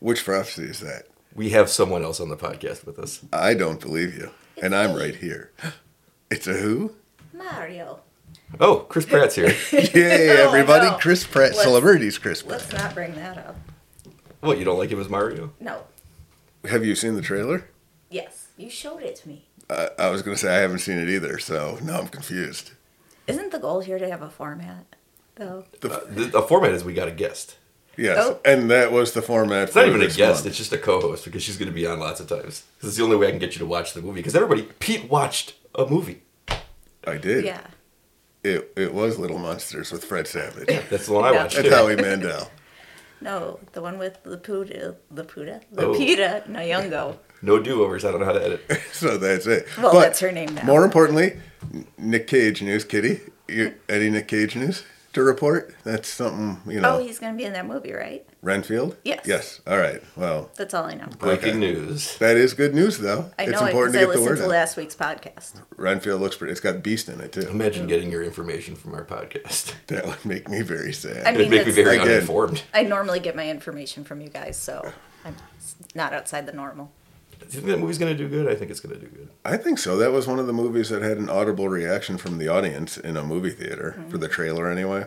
Which prophecy is that? We have someone else on the podcast with us. I don't believe you. and I'm right here. It's a who? Mario. Oh, Chris Pratt's here. Yay, Oh, No, everybody. no. Chris Pratt. Let's- Celebrities Chris Pratt. Let's not bring that up. what, you don't like him as Mario? No. Have you seen the trailer? Yes. You showed it to me. I, I was going to say I haven't seen it either, so now I'm confused. Isn't the goal here to have a format, though? Uh, the, the format is we got a guest. Yes, Oh. and that was the format. It's not even a guest, it's just a co host because she's going to be on lots of times. 'Cause it's the only way I can get you to watch the movie because everybody, Pete watched a movie. I did. Yeah. It, it was Little Monsters with Fred Savage That's the one I Yeah. watched. and too. Howie Mandel. No, the one with Laputa, Laputa, Oh. Lapita Nyong'o. No do overs. I don't know how to edit. So that's it. Well, that's her name now. More importantly, Nick Cage news, Kitty. You, any Nick Cage news to report? That's something, you know. Oh, he's gonna be in that movie, right? Renfield? Yes. Yes. All right. Well, That's all I know. Breaking Okay. news. that is good news, though. I it's know it important to because I get the listened word to out. last week's podcast. Renfield looks pretty. It's got Beast in it too. Imagine getting your information from our podcast. That would make me very sad. I mean- It'd make me that's- very Again. uninformed. I normally get my information from you guys, so I'm s- not outside the normal. Do you think that movie's going to do good? I think it's going to do good. I think so. That was one of the movies that had an audible reaction from the audience in a movie theater Mm-hmm. for the trailer, anyway.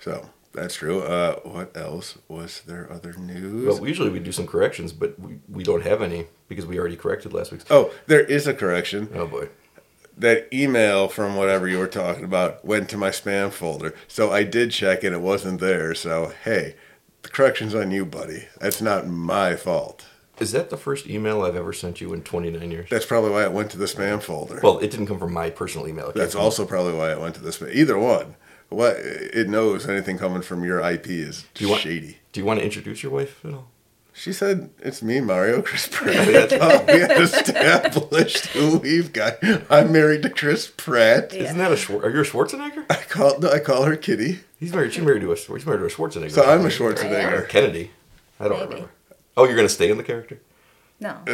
So that's true. Uh, what else was there? Other news? Well, usually we do some corrections, but we, we don't have any because we already corrected last week's. oh, there is a correction. Oh, boy. That email from whatever you were talking about went to my spam folder. So I did check and it wasn't there. So hey, the correction's on you, buddy. That's not my fault. Is that the first email I've ever sent you in 29 years? That's probably why it went to the spam folder. Well, it didn't come from my personal email. It came That's from- also probably why it went to this. But either one, what it knows anything coming from your IP is you want- shady. Do you want to introduce your wife at all? She said, "It's me, Mario Chris Pratt." I thought we had established who we've got. I'm married to Chris Pratt. Yeah. Isn't that a Schwar- are you a Schwarzenegger? I call no, I call her Kitty. He's married. She's married to a. She's married to a Schwarzenegger. So I'm a Schwarzenegger. Or Schwarzenegger. Kennedy. I don't Maybe. remember. Oh, you're gonna stay in the character? No, oh,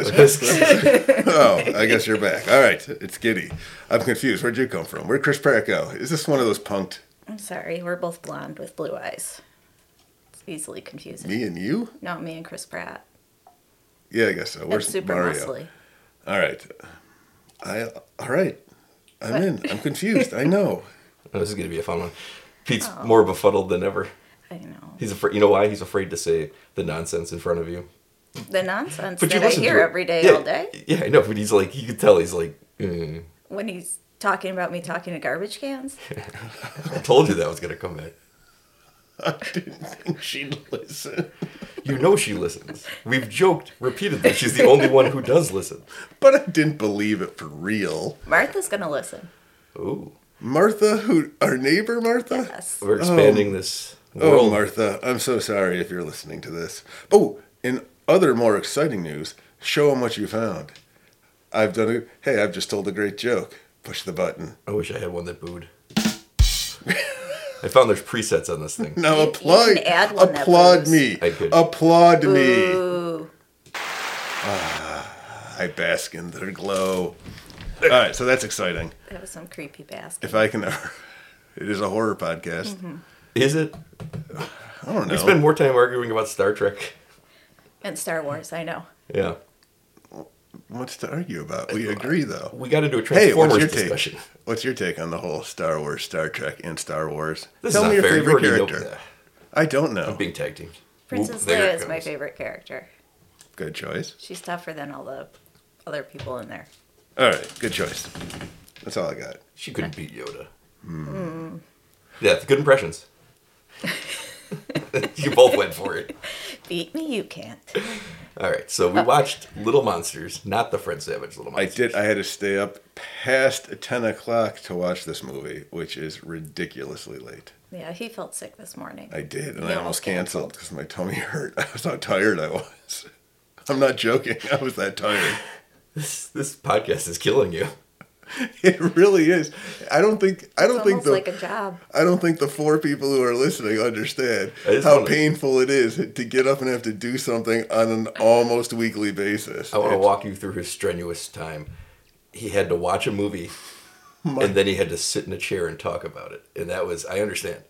I guess you're back. All right, it's Kitty. I'm confused. Where'd you come from? Where'd Chris Pratt go? Is this one of those punked I'm sorry. We're both blonde with blue eyes. It's easily confusing. me and you? No, me and Chris Pratt. Yeah, I guess so. That's Where's super Mario? muscly. All right, I all right. I'm in. I'm confused. I know. Oh, this is gonna be a fun one. Pete's Oh. more befuddled than ever. I know. He's afraid. You know why? He's afraid to say the nonsense in front of you. The nonsense But you that I listen to hear it. every day, Yeah, all day. Yeah, I know. But he's like, you can tell. He's like, mm, When he's talking about me talking to garbage cans. I told you that was gonna come back. I didn't think she'd listen. You know she listens. We've joked repeatedly. She's the only one who does listen. But I didn't believe it for real. Martha's gonna listen. Ooh, Martha, who our neighbor Martha? Yes. we're expanding this Oh, world. Martha, I'm so sorry if you're listening to this. Oh, in other more exciting news, show them what you found. I've done it. Hey, I've just told a great joke. Push the button. I wish I had one that booed. I found there's presets on this thing. Now You- you applaud, can add one that applaud goes. me. I could. Applaud me. Ooh. I bask in their glow. All right, so that's exciting. That was some creepy basket. If I can, it is a horror podcast. Mm-hmm. Is it? I don't know. We spend more time arguing about Star Trek. And Star Wars, I know. Yeah. What's to argue about? We agree, though. We got into a Hey, what's Transformers your take? discussion. What's your take on the whole Star Wars, Star Trek, and Star Wars? This Tell is me not your fair. You favorite already know character. that. I don't know. Being tag teamed. Princess there Leia it is my goes. favorite character. Good choice. She's tougher than all the other people in there. All right, good choice. That's all I got. She couldn't beat Yoda. Hmm. Yeah, good impressions. you both went for it. Beat me, you can't. All right, so we watched Little Monsters, not the Fred Savage Little I Monsters. did. I had to stay up past ten o'clock to watch this movie, which is ridiculously late. Yeah, he felt sick this morning. I did, and I Yeah, almost okay. canceled because my tummy hurt. I was how tired I was. I'm not joking. I was that tired. This, this podcast is killing you. It really is. I don't think. I don't It's think almost the. like a job. I don't think the four people who are listening understand I just how wanna- painful it is to get up and have to do something on an almost weekly basis. I want to It's- walk you through his strenuous time. He had to watch a movie, and then he had to sit in a chair and talk about it. And that was, I understand.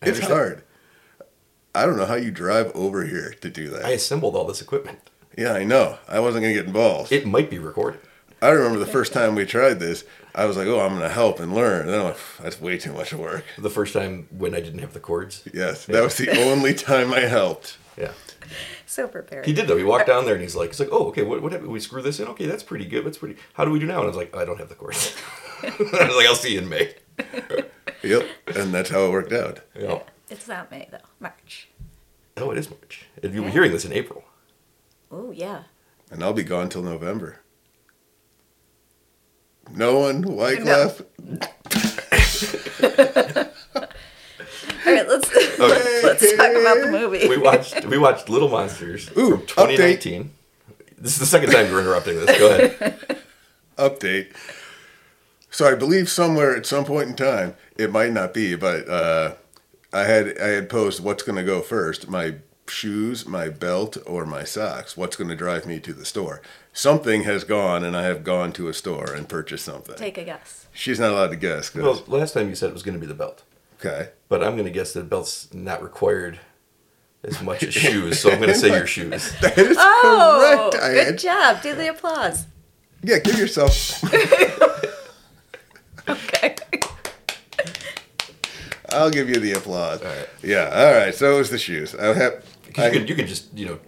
I It's understand. hard. I don't know how you drive over here to do that. I assembled all this equipment. yeah, I know. I wasn't going to get involved. It might be recorded. I remember the first time we tried this, I was like, oh, I'm going to help and learn. And then I'm like, that's way too much work. The first time when I didn't have the cords. Yes, that was the only time I helped. Yeah. So prepared. He did though. He walked down there and he's like, he's like, oh, okay, what, what happened? We screw this in. Okay, that's pretty good. That's pretty. How do we do now? And I was like, I don't have the cords. I was like, I'll see you in May. Yep, and that's how it worked out. Yeah. It's not May though. March. Oh, it is March. And you'll be hearing this in April. Oh yeah. And I'll be gone till November. No one, No. Wyclef. All right, let's Okay. let's talk about the movie. We watched we watched Little Monsters Ooh, from 2019. This is the second time you're interrupting this. Go ahead. update. So I believe somewhere at some point in time, it might not be, but uh, I had I had posed what's going to go first: my shoes, my belt, or my socks. What's going to drive me to the store? Something has gone, and I have gone to a store and purchased something. Take a guess. She's not allowed to guess. 'cause- Well, last time you said it was going to be the belt, okay. but I'm going to guess that the belt's not required as much as shoes. So I'm going to say your shoes. That is Oh, correct. I good had. job. Do the applause. Yeah, give yourself. Okay. I'll give you the applause. All right. Yeah. All right. So it was the shoes. I have. 'Cause I, You could you could just you know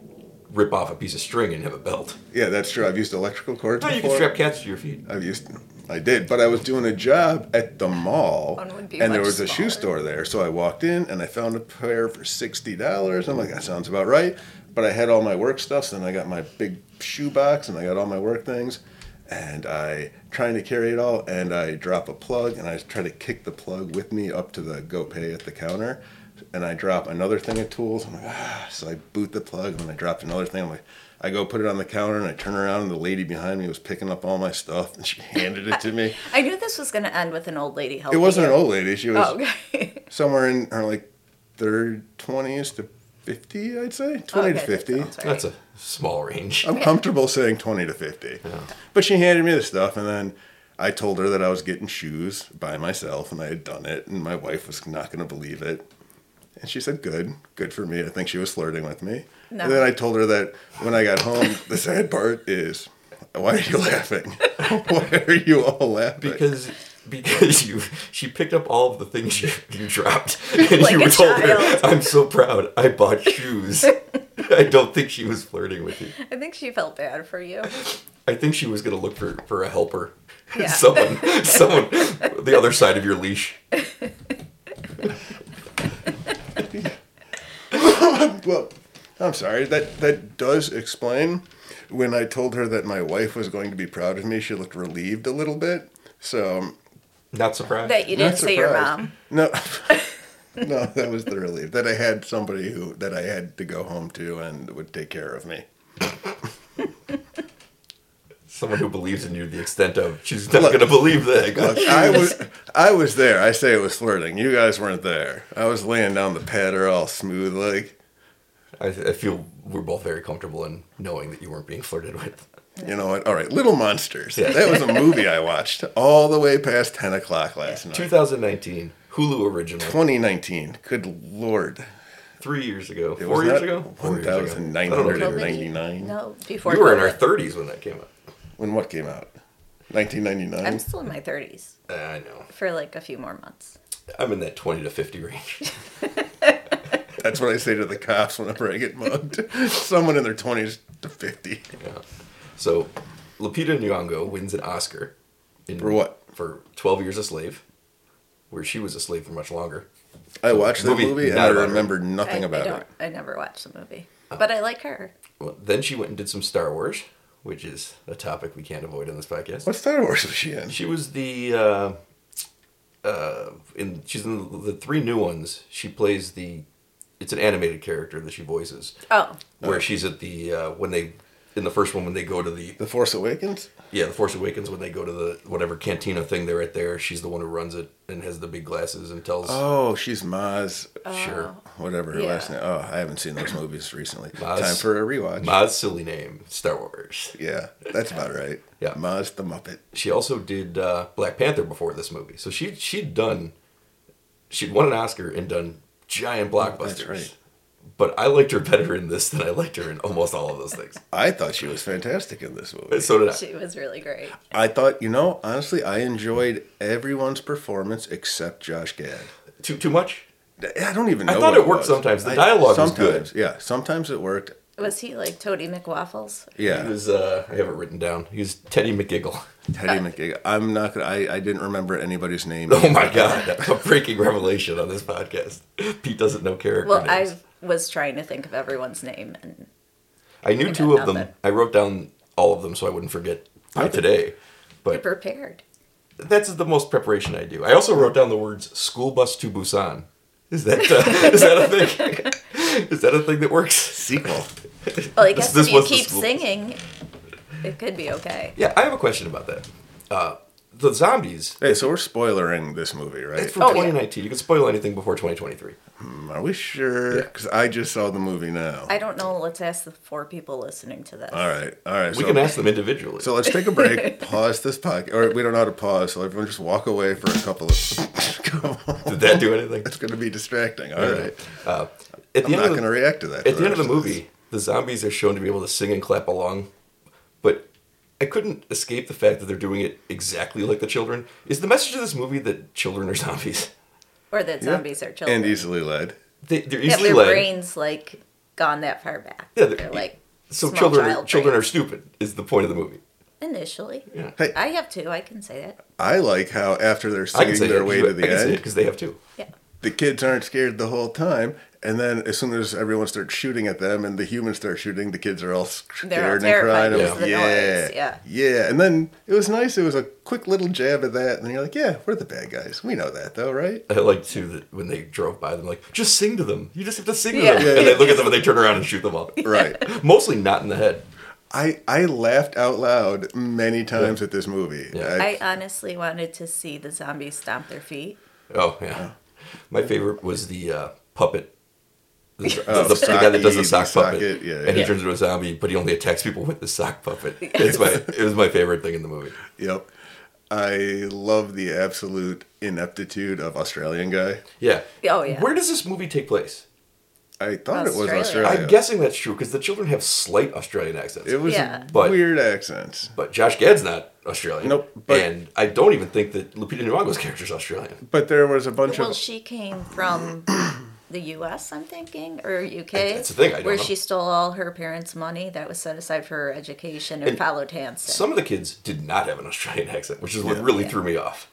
rip off a piece of string and have a belt. yeah, that's true. I've used electrical cords No, you before. can strap cats to your feet. I've used, I did, but I was doing a job at the mall, One would be and there much was a shoe smaller. store there. So I walked in and I found a pair for sixty dollars. I'm like, that sounds about right. But I had all my work stuff, and I got my big shoe box, and I got all my work things, and I trying to carry it all, and I drop a plug, and I try to kick the plug with me up to the go pay at the counter, and I drop another thing of tools. I'm like, ah, so I boot the plug, and then I dropped another thing. I'm like. I go put it on the counter and I turn around and the lady behind me was picking up all my stuff and she handed it to me. I knew this was going to end with an old lady It helping. wasn't an you. old lady. She was Oh, okay. somewhere in her like third twenties to fifty, I'd say twenty to Okay, that fifty. sounds right. That's a small range. I'm comfortable saying twenty to fifty. But she handed me the stuff, and then I told her that I was getting shoes by myself, and I had done it, and my wife was not going to believe it. And she said, "Good, good for me." I think she was flirting with me. No. And then I told her that when I got home, the sad part is, why are you laughing? why are you all laughing? Because because you she picked up all of the things you, you dropped and Like you a told child. her, "I'm so proud. I bought shoes." I don't think she was flirting with you. I think she felt bad for you. I think she was gonna look for for a helper, Yeah. someone, someone, the other side of your leash. Well, I'm sorry. That that does explain when I told her that my wife was going to be proud of me. She looked relieved a little bit. So um, Not surprised. That you not didn't see your surprised. mom. No, no, that was the relief that I had somebody who that I had to go home to and would take care of me. someone who believes in you to the extent of she's not Look. gonna believe that. Look, I was I was there. I say it was flirting. You guys weren't there. I was laying down the patter all smooth like. I, I feel we're both very comfortable in knowing that you weren't being flirted with. You know what? All right, Little Monsters. Yeah. That was a movie I watched all the way past ten o'clock last night. 2019 Hulu original. 2019. Good lord. three years ago, It four was years not ago, Four years ago. 1,900. I don't know. Well, maybe- 99. No, before We were in our COVID. 30s when that came out. When what came out? 1999. I'm still in my 30s Uh, I know. for like a few more months. I'm in that 20 to 50 range. That's what I say to the cops whenever I get mugged. Someone in their 20s to 50. yeah. So, Lupita Nyong'o wins an Oscar in, For what? For 12 Years a Slave, where she was a slave for much longer. I watched that Movie, movie, and not I about her. remember nothing I, I about don't. it. I never watched the movie, but I like her. Well, then she went and did some Star Wars, which is a topic we can't avoid on this podcast. What Star Wars was she in? She was the uh, uh, in she's in the three new ones. She plays the it's an animated character that she voices. Oh, where she's at the uh, when they in the first one when they go to the The Force Awakens? yeah the Force Awakens when they go to the whatever cantina thing they're at there she's the one who runs it and has the big glasses and tells Oh, she's Maz, sure whatever her Uh, yeah. last name. Oh, I haven't seen those movies recently. Maz- Time for a rewatch. Ma's silly name Star Wars Yeah, that's about right. Yeah. Maz the Muppet. she also did uh, Black Panther before this movie so she she'd done she'd won an Oscar and done giant blockbusters Oh, right. But I liked her better in this than I liked her in almost all of those things. I thought she was fantastic in this movie. So did I. She was really great. I thought, you know, honestly, I enjoyed everyone's performance except Josh Gad. Too too much? I don't even know. I thought what it worked was. sometimes. The I- dialogue was good. sometimes, Yeah, sometimes it worked. Was he like Toady McWaffles? Yeah, He was uh I have it written down. He was Teddy McGiggle. Teddy McGig. I'm not gonna. I, I didn't remember anybody's name. Oh my god. A breaking revelation on this podcast. Pete doesn't know character Well, names. I was trying to think of everyone's name, and I knew I two of got them. nothing. I wrote down all of them so I wouldn't forget by Okay. today. you But prepared. that's the most preparation I do. I also wrote down the words "school bus to Busan." Is that uh, is that a thing? is that a thing that works? Sequel. Well, I This- guess this if you was the keep school. singing, it could be okay. Yeah, I have a question about that. Uh, the zombies. Hey, so we're spoilering this movie, right? It's from Oh, yeah. 2019. You can spoil anything before 2023. Hmm, Are we sure? Because I just saw the movie now. I don't know. Let's ask the four people listening to this. all right, all right. We so, can ask them individually. So let's take a break. pause this podcast, or we don't know how to pause. So everyone just walk away for a couple of. Come on. Did that do anything? It's going to be distracting. All right. Uh, at the I'm end not of going to the, react to that. at for the end of the rest this. movie, the zombies are shown to be able to sing and clap along, but I couldn't escape the fact that they're doing it exactly like the children. Is the message of this movie that children are zombies? Or that Yeah. zombies are children. And easily led. They, they're that easily their led. brains like gone that far back. Yeah, they're, they're- like so small children, are, child children are brains. stupid. Is the point of the movie? initially. Yeah. Hey. I have two. I can say that. I like how after they're I can say singing their it, way you- to I the can say it end, because they have two. Yeah. the kids aren't scared the whole time. And then as soon as everyone starts shooting at them and the humans start shooting, the kids are all scared They're all and terrified crying. I'm because like, of the yeah, noise, yeah. yeah. And then it was nice. It was a quick little jab at that. And then you're like, yeah, we're the bad guys. We know that though, right? I like too that when they drove by them, like just sing to them. You just have to sing to Yeah. them, Yeah, and yeah. they look at them and they turn around and shoot them all. Right. Mostly not in the head. I, I laughed out loud many times at this movie. Yeah. I- I honestly wanted to see the zombies stomp their feet. Oh yeah. My favorite was the uh, puppet. The, Oh, the, the guy that does Saki, the sock Saki, puppet, yeah, and he yeah. turns into a zombie, but he only attacks people with the sock puppet. It's my, it was my favorite thing in the movie. Yep. I love the absolute ineptitude of Australian guy. Yeah. Oh, yeah. Where does this movie take place? I thought it Australia. was Australia. I'm guessing that's true because the children have slight Australian accents. Oh, It was Yeah. But- weird accents. but Josh Gad's not Australian. Nope, but- and I don't even think that Lupita Nyong'o's character is Australian. But there was a bunch Well, of she came from the U.S. I'm thinking, or UK. that's the thing, I don't where know. she stole all her parents' money that was set aside for her education and, And followed Hanson. Some of the kids did not have an Australian accent, which is what Yeah. really Yeah. threw me off.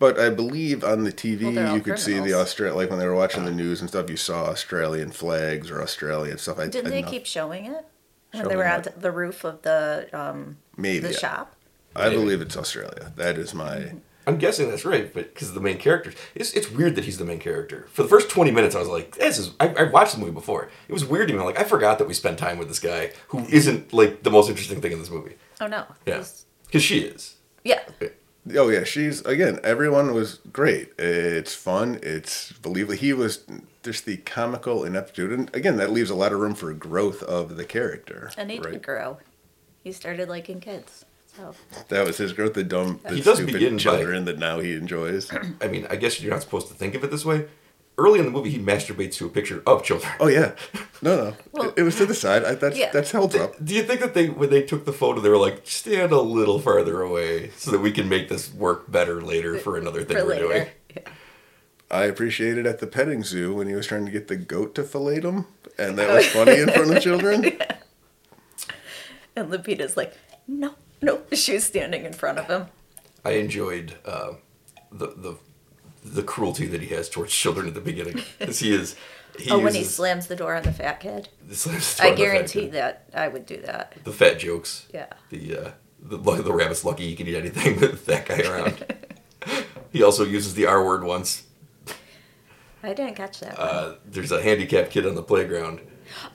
but I believe on the Well, TV they're all you could see the criminals. Australia like when they were watching the news and stuff you saw Australian flags or Australian stuff. I Didn't I they know- keep showing it when they Showing were on what? t- the roof of the um, maybe the shop? Mm-hmm. I believe it's Australia. That is my I'm guessing that's right, but because the main character, it's, it's weird that he's the main character. For the first 20 minutes, I was like, "This is." I, I watched the movie before. It was weird to me. I'm Like I forgot that we spent time with this guy who isn't like the most interesting thing in this movie. Oh no! Yeah, He's- because she is. yeah. Oh yeah, she's again. Everyone was great. It's fun. It's believable. He was just the comical ineptitude, and again, that leaves a lot of room for growth of the character. And he did right? grow. He started liking kids. So That was his growth. The dumb, the He does begin stupid by- children that now he enjoys. I mean, I guess you're not supposed to think of it this way. Early in the movie, he masturbates to a picture of children. Oh yeah, no, no. Well- it was to the side. I, that's Yeah. that's held up. Do you think that they, when they took the photo, they were like, stand a little farther away so that we can make this work better later for another thing for we're doing? later, Yeah. I appreciated at the petting zoo when he was trying to get the goat to fillet him, and Oh. that was funny in front of children. and Lupita's like, no, no. She was standing in front of him. I enjoyed uh, the the the cruelty that he has towards children at the beginning. Because he is. He oh, when he uses- slams the door on the fat kid. slams the door I on the fat guarantee kid. that I would do that. The fat jokes. Yeah. The, uh, the, lu- the rabbit's lucky he can eat anything with that guy around. he also uses the R word once. I didn't catch that. one. Uh, there's a handicapped kid on the playground.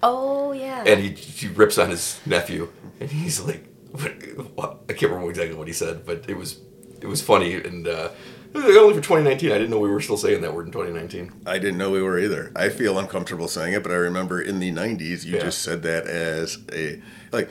oh yeah. and he, he rips on his nephew, and he's like, what, what- I can't remember exactly what he said, but it was it was funny, and uh, it was only for 2019. I didn't know we were still saying that word in 2019. I didn't know we were either. I feel uncomfortable saying it, but I remember in the '90s you Yeah. just said that as a like.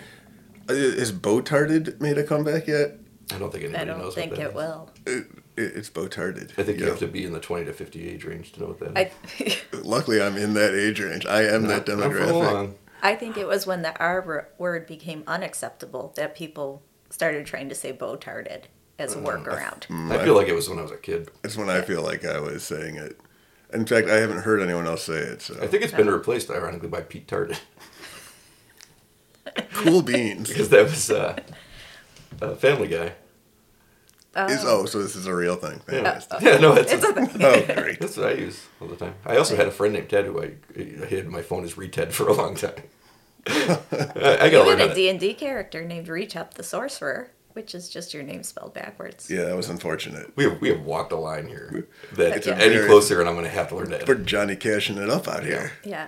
Is Botarded made a comeback yet? I don't think anybody I don't knows. think what that it is. will. It, it, it's botarded. I think you know? have to be in the 20 to 50 age range to know what that is. I, Luckily, I'm in that age range. I am that Not for demographic. long. I think it was when the R wor- word became unacceptable that people started trying to say botarded as a Mm. workaround. I feel like it was when I was a kid. That's when Mm, I feel like I was saying it. In fact, I haven't heard anyone else say it. So I think it's been Oh. replaced, ironically, by Pete Tardin. cool beans is because that was uh, uh, Family Guy. oh, so this is a real thing. Yeah, Fantastic. yeah no, that's, Uh, It's a thing. Oh, great. that's what I use all the time. I also had a friend named Ted who I, I hid my phone as Ted for a long time. I, I You gotta learn how had a to- D&D character named Retup the Sorcerer, which is just your name spelled backwards. Yeah, that was unfortunate. We have, we have walked a line here that It's a any very- closer, and I'm going to have to learn to edit. We're Johnny cashing it up out here. Yeah.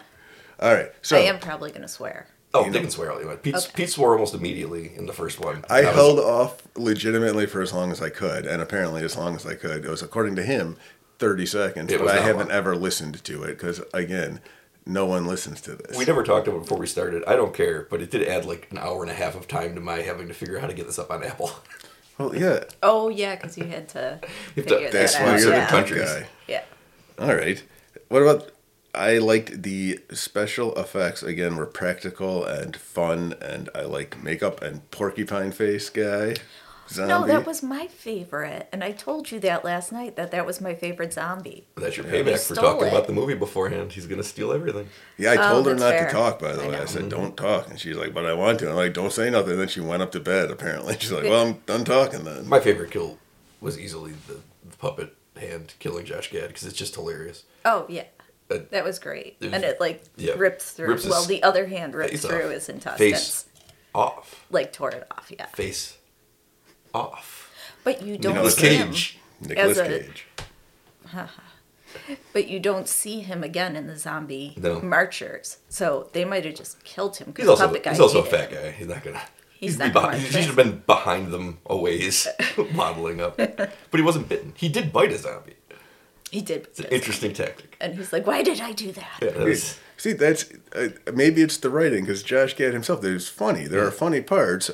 All right, so I am probably going to swear. Oh, they can swear all they want. Pete, Okay. Pete swore almost immediately in the first one. I And was- held off legitimately for as long as I could, and apparently as long as I could. It was, according to him, 30 seconds, It but was I not haven't long. ever listened to it because, again, no one listens to this. We never talked about it before we started. I don't care, but it did add like an hour and a half of time to my having to figure out how to get this up on Apple. well, yeah, Oh, yeah, because you had to You have to- figure that's that's that why why out. you're the you're a Yeah. country. country guy. yeah. All right. What about? I liked the special effects again were practical and fun, and I liked makeup and porcupine face guy. Zombie. No, that was my favorite. And I told you that last night that that was my favorite zombie. That's your payback for Stole talking it. about the movie beforehand. He's going to steal everything. yeah. I told Oh, her that's not to fair. talk. By the I way, I know. said don't talk, and she's like, "But I want to." I'm like, "Don't say nothing." then she went up to bed. Apparently, she's like, "Well, I'm done talking then." My favorite kill was easily the, the puppet hand killing Josh Gad because it's just hilarious. Oh, yeah. Uh, That was great. it was- and it, like, yeah. rips through. Rips his well, the other hand rips face through off. his intestines. Face off. Like, tore it off, yeah. Face off. But you don't Nicolas see Cage. Nicholas as a- Cage. him. But you don't see him again in the zombie No. marchers. So they might have just killed him. 'cause He's also puppet guy he's also a hated fat him. guy. He's not gonna. He's He's, not be gonna behind, he like should have been behind them a ways, modeling up. But he wasn't bitten. He did bite a zombie. He did. It's an interesting tactic. and he's like, "Why did I do that?" Yeah, that was- See, that's uh, maybe it's the writing because Josh Gad himself. There's funny. There are funny parts.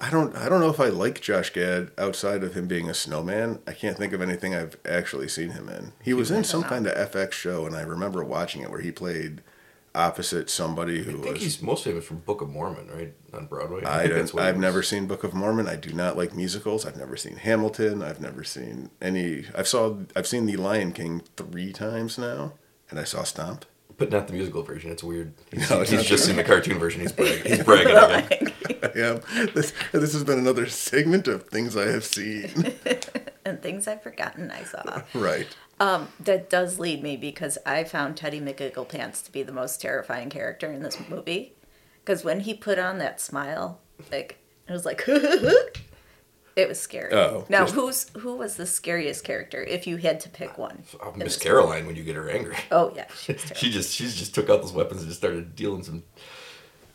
I don't. I don't know if I like Josh Gad outside of him being a snowman. I can't think of anything I've actually seen him in. He was in some kind of FX show, and I remember watching it where he played opposite somebody who I think was. he's most famous from Book of Mormon, right on Broadway. I think don't, that's what I've it never was. seen Book of Mormon. I do not like musicals. I've never seen Hamilton. I've never seen any. I've saw. I've seen The Lion King three times now, and I saw Stomp. but not the musical version. It's weird. He's, No, it's he's not just true. seen the cartoon version. He's bragging. He's bragging again. Yeah, this this has been another segment of things I have seen. and things I've forgotten I saw. right. That does lead me because I found Teddy McGiggle Pants to be the most terrifying character in this movie. Because when he put on that smile, like it was like, it was scary. Oh, now just- who's who was the scariest character if you had to pick one? Oh, in Miss this- Caroline, when you get her angry, Oh yeah, she was terrifying. she just she just took out those weapons and just started dealing some.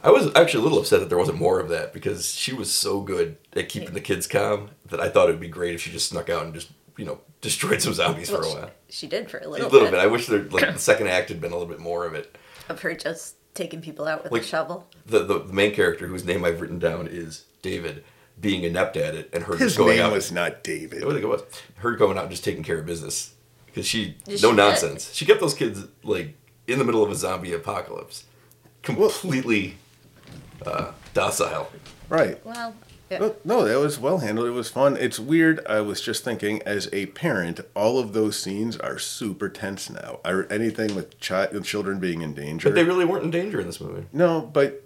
I was actually a little upset that there wasn't more of that because she was so good at keeping the kids calm that I thought it would be great if she just snuck out and just you know destroyed some zombies for a Well, while. she, she did for a A little, little bit, bit. I wish there like the second act had been a little bit more of it. of her just taking people out with Like- a shovel. The, the the main character whose name I've written down is David being inept at it and her His just going name out was not I don't David. think it was her going out and just taking care of business because she Yeah, she no did. nonsense. She kept those kids like in the middle of a zombie apocalypse, completely uh, docile. Right. Well, yeah. No, No, that was well handled. It was fun. It's weird. I was just thinking, as a parent, all of those scenes are super tense now. I, anything with chi- with children being in danger. But they really weren't in danger in this movie. no, but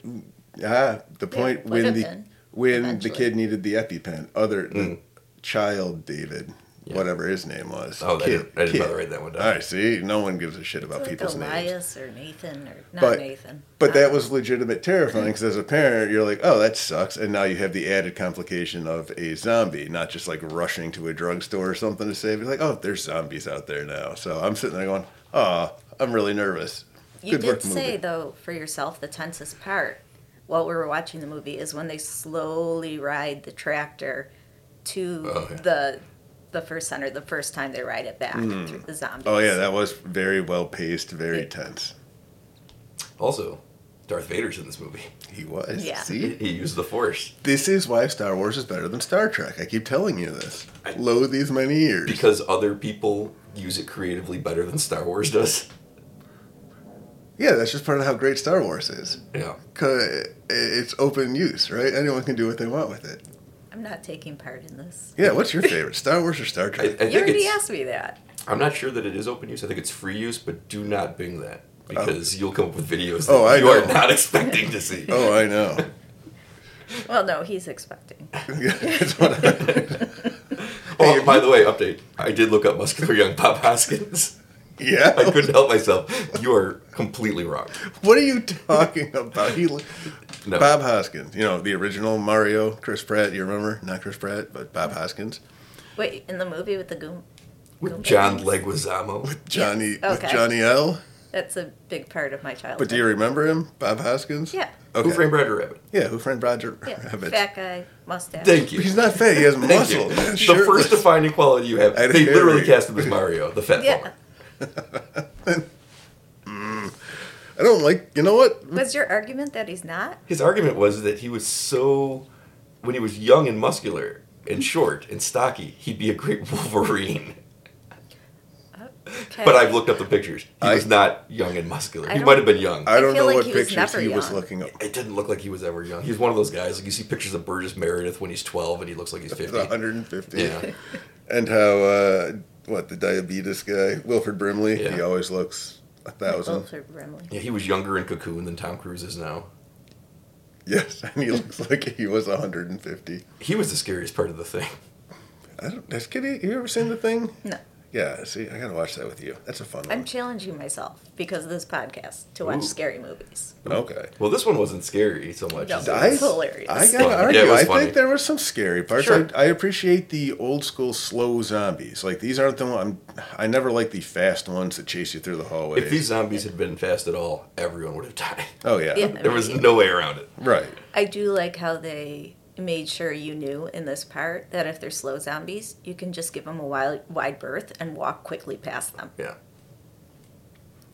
ah, the point would when have the been, when eventually. the kid needed the EpiPen, other Mm. the child David, whatever his name was. Oh, I Kid, didn't, I didn't kid. bother write that one down. All right, see, no one gives a shit about like people's names. Elias or Nathan or not But- Nathan. But that Uh, was legitimate terrifying because as a parent, you're like, oh, that sucks. And now you have the added complication of a zombie, not just like rushing to a drugstore or something to save. You're like, oh, there's zombies out there now. So I'm sitting there going, oh, I'm really nervous. You did say though for yourself the tensest part while we were watching the movie is when they slowly ride the tractor to Oh, yeah. the the first center the first time they ride it back Hmm. through Oh, the zombies. Oh, yeah, that was very well paced, very tense. Also, Darth Vader's in this movie. He was. Yeah. He, See? he used the Force This is why Star Wars is better than Star Trek. I keep telling you this. I- Lo these many years. because other people use it creatively better than Star Wars does. yeah, that's just part of how great Star Wars is. Yeah. 'Cause it's open use, right? Anyone can do what they want with it. I'm not taking part in this. Yeah, what's your favorite, Star Wars or Star I, Trek? I think You already it's- asked me that. I'm not sure that it is open use. I think it's free use, but do not Bing that because you'll come up with videos that Oh, I you are know. not expecting to see. oh, I know. Well, no, he's expecting. Yeah, that's what I- Oh, by the way, update. I did look up muscular young Bob Hoskins. yeah. I couldn't help myself. You are completely wrong. What are you talking about? He, li- No. Bob Hoskins, you know, the original Mario, Chris Pratt, you remember? Not Chris Pratt, but Bob Hoskins. Wait, in the movie with the goom? With John Leguizamo. Johnny, with Okay. Johnny L. That's a big part of my childhood. But do you remember him? Bob Hoskins? Yeah. Okay. Who framed Roger Rabbit? yeah, who framed Roger Yeah, Rabbit? fat guy, mustache. Thank you. He's not fat, he has Thank you. muscle. The Shirtless. first defining quality you have. I They didn't literally hear you. cast him as Mario, the fat Yeah. plumber. I don't like, you know what? Was your argument that he's not? His argument was that he was so, when he was young and muscular and short and stocky, he'd be a great Wolverine. Okay. But I've looked up the pictures. He I- was not young and muscular. I He don't- might have been young. I don't feel know like what he was pictures never he was young. looking up. it didn't look like he was ever young. He's one of those guys. Like you see pictures of Burgess Meredith when he's twelve and he looks like he's The fifty. 150. Yeah, And how, uh, what, the diabetes guy, Wilfred Brimley, he Yeah. always looks a thousand. Wilford Brimley. yeah. He was younger in Cocoon than Tom Cruise is now. Yes, and he looks like he was 150. He was the scariest part of the thing. I don't, that's kidding. You ever seen the thing? No. Yeah, see, I gotta watch that with you. That's a fun I'm one. challenging myself because of this podcast to watch Ooh. scary movies. Okay. Well, this one wasn't scary so much. No. as it That I, was was- hilarious. I Funny. gotta argue. Yeah, it was I funny. think there were some scary parts. Sure. I, I appreciate the old school slow zombies. Like these aren't the one. i never like the fast ones that chase you through the hallways. If these zombies had been fast at all, everyone would have died. oh yeah. Yeah. There was no way around it. Right. I do like how they made sure you knew in this part that if they're slow zombies, you can just give them a wide, wide berth and walk quickly past them. Yeah.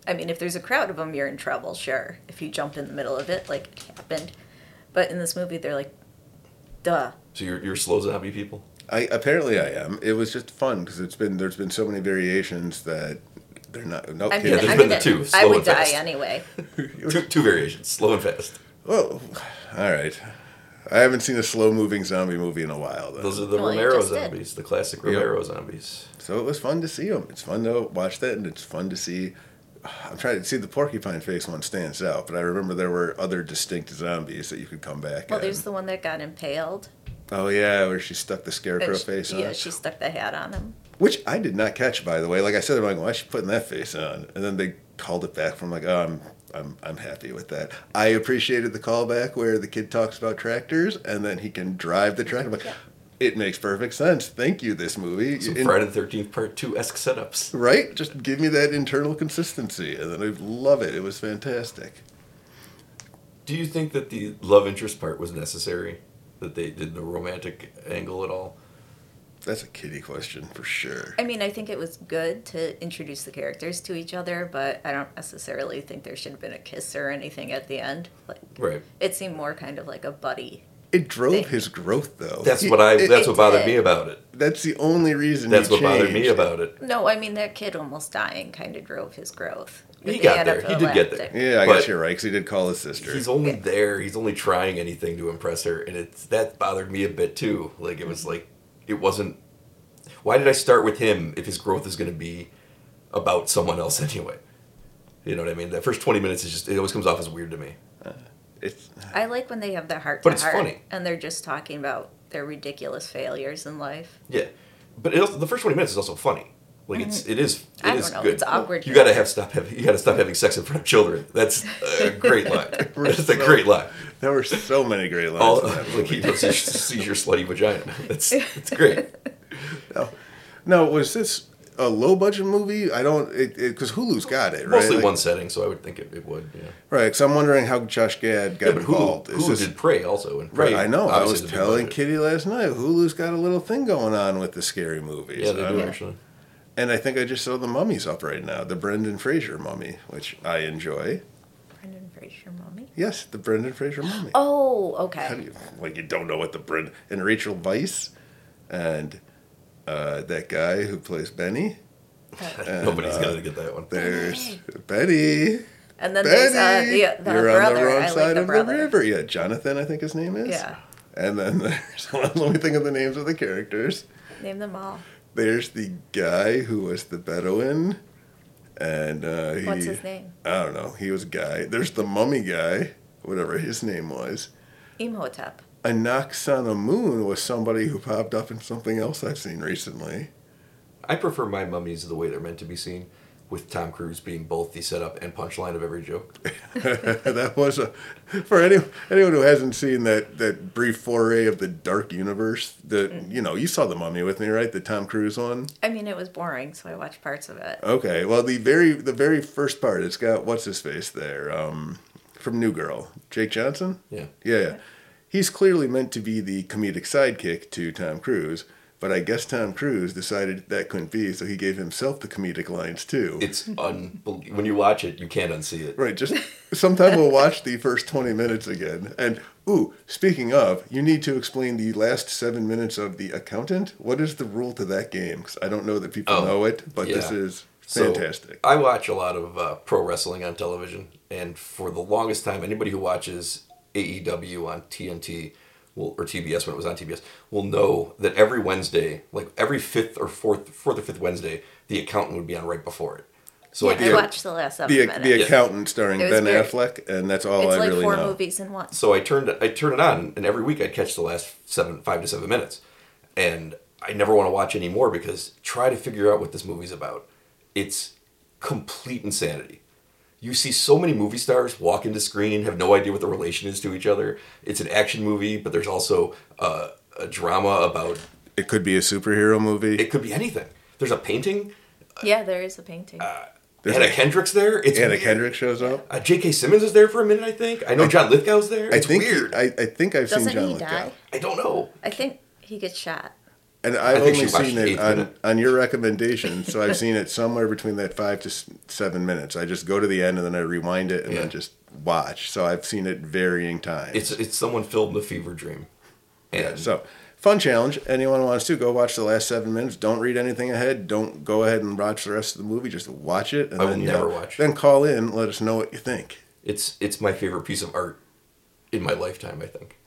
I mean, if there's a crowd of them, you're in trouble, sure. If you jumped in the middle of it, like it happened. But in this movie, they're like, duh. So you're you're slow zombie people. I apparently I am. It was just fun because it's been there's been so many variations that they're not. No, I mean, Yeah, kidding. there's I'm been the gonna, two, I slow would and die fast. anyway. Two, two variations: slow and fast. Well, all right. I haven't seen a slow moving zombie movie in a while, though. Those are the Well, you Romero just did. zombies, the classic Romero zombies. So it was fun to see them. It's fun to watch that, and it's fun to see. I'm trying to see the porcupine face one stands out, but I remember there were other distinct zombies that you could come back. Well, and- there's the one that got impaled. oh yeah, where she stuck the but scarecrow she- face on, yeah, she stuck the hat on him. which I did not catch, by the way. Like I said, I'm like, why is she putting that face on? And then they called it back from like, oh, I'm, I'm, I'm happy with that. I appreciated the callback where the kid talks about tractors, and then he can drive the tractor. I'm like, Yeah. it makes perfect sense. Thank you, this movie. Some In- Friday the Thirteenth Part Two esque setups. Right? Just give me that internal consistency, and then I love it. It was fantastic. Do you think that the love interest part was necessary? That they did the romantic angle at all? That's a kiddie question for sure. I mean, I think it was good to introduce the characters to each other, but I don't necessarily think there should have been a kiss or anything at the end. Like, Right. it seemed more kind of like a buddy. It drove his growth, though. That's He- what I. it- That's what bothered did. me about it. that's the only reason. That's he what bothered me changed. about it. No, I mean that kid almost dying kind of drove his growth. He With got there. He did get there. anaphylactic. Yeah, I But- guess you're right. Because he did call his sister. He's only there. He's only trying anything to impress her, and it's that bothered me a bit too. Like it Mm-hmm. was like it wasn't. Why did I start with him if his growth is going to be about someone else anyway? You know what I mean? That first twenty minutes is just it always comes off as weird to me. It's I like when they have the heart But to it's heart, funny. and they're just talking about their ridiculous failures in life. Yeah, but it also, the first twenty minutes is also funny. Like it's it is it is Mm-hmm. I don't know, good. it's awkward. You gotta have stop having you gotta stop having sex in front of children. That's a great line. That's a great line. there were so many great lines. All in that like he knows your- sees your slutty vagina. That's it's great. Now, was this a low budget movie? I don't because it, because Hulu's got it right. Mostly Like- one setting, so I would think it, it would. Yeah, Right. Because I'm wondering how Josh Gad got yeah but Hulu, involved. Is Hulu this- did Prey also, and Prey. Right, I know. I obviously was is a big telling budget. Kitty last night, Hulu's got a little thing going on with the scary movies. Yeah, they I'm- do actually. And I think I just saw the mummies up right now, the Brendan Fraser mummy, which I enjoy. Brendan Fraser, mommy. Yes, the Brendan Fraser mummy. Oh, How do okay. you, like you don't know what the Brendan and Rachel Weisz and uh, that guy who plays Benny. Nobody's got uh, to get that one. There's Benny. And then Benny, there's uh, the, the you're brother. on the wrong I like side the of brother. the river. Yeah, Jonathan, I think his name is. Yeah. And then there's let me think of the names of the characters. Name them all. There's the guy who was the Bedouin, and uh, he, What's his name? I don't know. He was a guy. There's the mummy guy, whatever his name was. Imhotep. Anox on a Moon was somebody who popped up in something else I've seen recently. I prefer my mummies the way they're meant to be seen, with Tom Cruise being both the setup and punchline of every joke. that was a for any, anyone who hasn't seen that that brief foray of the dark universe. That you know, you saw the mummy with me, right? The Tom Cruise one. I mean, it was boring, so I watched parts of it. Okay, well the very the very first part, it's got what's his face there um, from New Girl, Jake Johnson. Yeah. Yeah, yeah. He's clearly meant to be the comedic sidekick to Tom Cruise, but I guess Tom Cruise decided that couldn't be, so he gave himself the comedic lines too. It's unbelievable. When you watch it, you can't unsee it. right, just sometime we'll watch the first 20 minutes again. And, ooh, speaking of, you need to explain the last seven minutes of The Accountant. What is the rule to that game? Because I don't know that people Oh, know it, but this yeah. is So, fantastic. I watch a lot of uh, pro wrestling on television, and for the longest time, anybody who watches AEW on TNT will, or TBS when it was on TBS will know that every Wednesday, like every fifth or fourth, fourth or fifth Wednesday, the accountant would be on right before it. So Yeah, I I did. watched the last seven the, minutes. the Accountant starring It was Ben weird. Affleck, and that's all it's I like really four know. movies in one. So I turned I turned it on, and every week I'd catch the last seven, five to seven minutes, and I never want to watch any more because try to figure out what this movie's about. It's complete insanity. You see so many movie stars walk into screen, have no idea what the relation is to each other. It's an action movie, but there's also uh, a drama about It could be a superhero movie. it could be anything. There's a painting. Yeah, there is a painting. There's Anna a- Kendrick's there. It's Anna weird. Kendrick shows up. Uh, J.K. Simmons is there for a minute, I think. I know John Lithgow's there. I It's think weird. I, I, I think I've Doesn't seen John he Lithgow. die? don't know. I think he gets shot. And I've I think only she watched seen eighth it on, minute. on your recommendation, so I've seen it somewhere between that five to s- seven minutes. I just go to the end and then I rewind it and Yeah. then just watch. So I've seen it varying times. It's it's someone filmed a fever dream. And so fun challenge. Anyone who wants to go watch the last seven minutes. Don't read anything ahead. Don't go ahead and watch the rest of the movie. Just watch it. And I will then, you never know, watch. Then call in. Let us know what you think. it's it's my favorite piece of art in my lifetime, I think.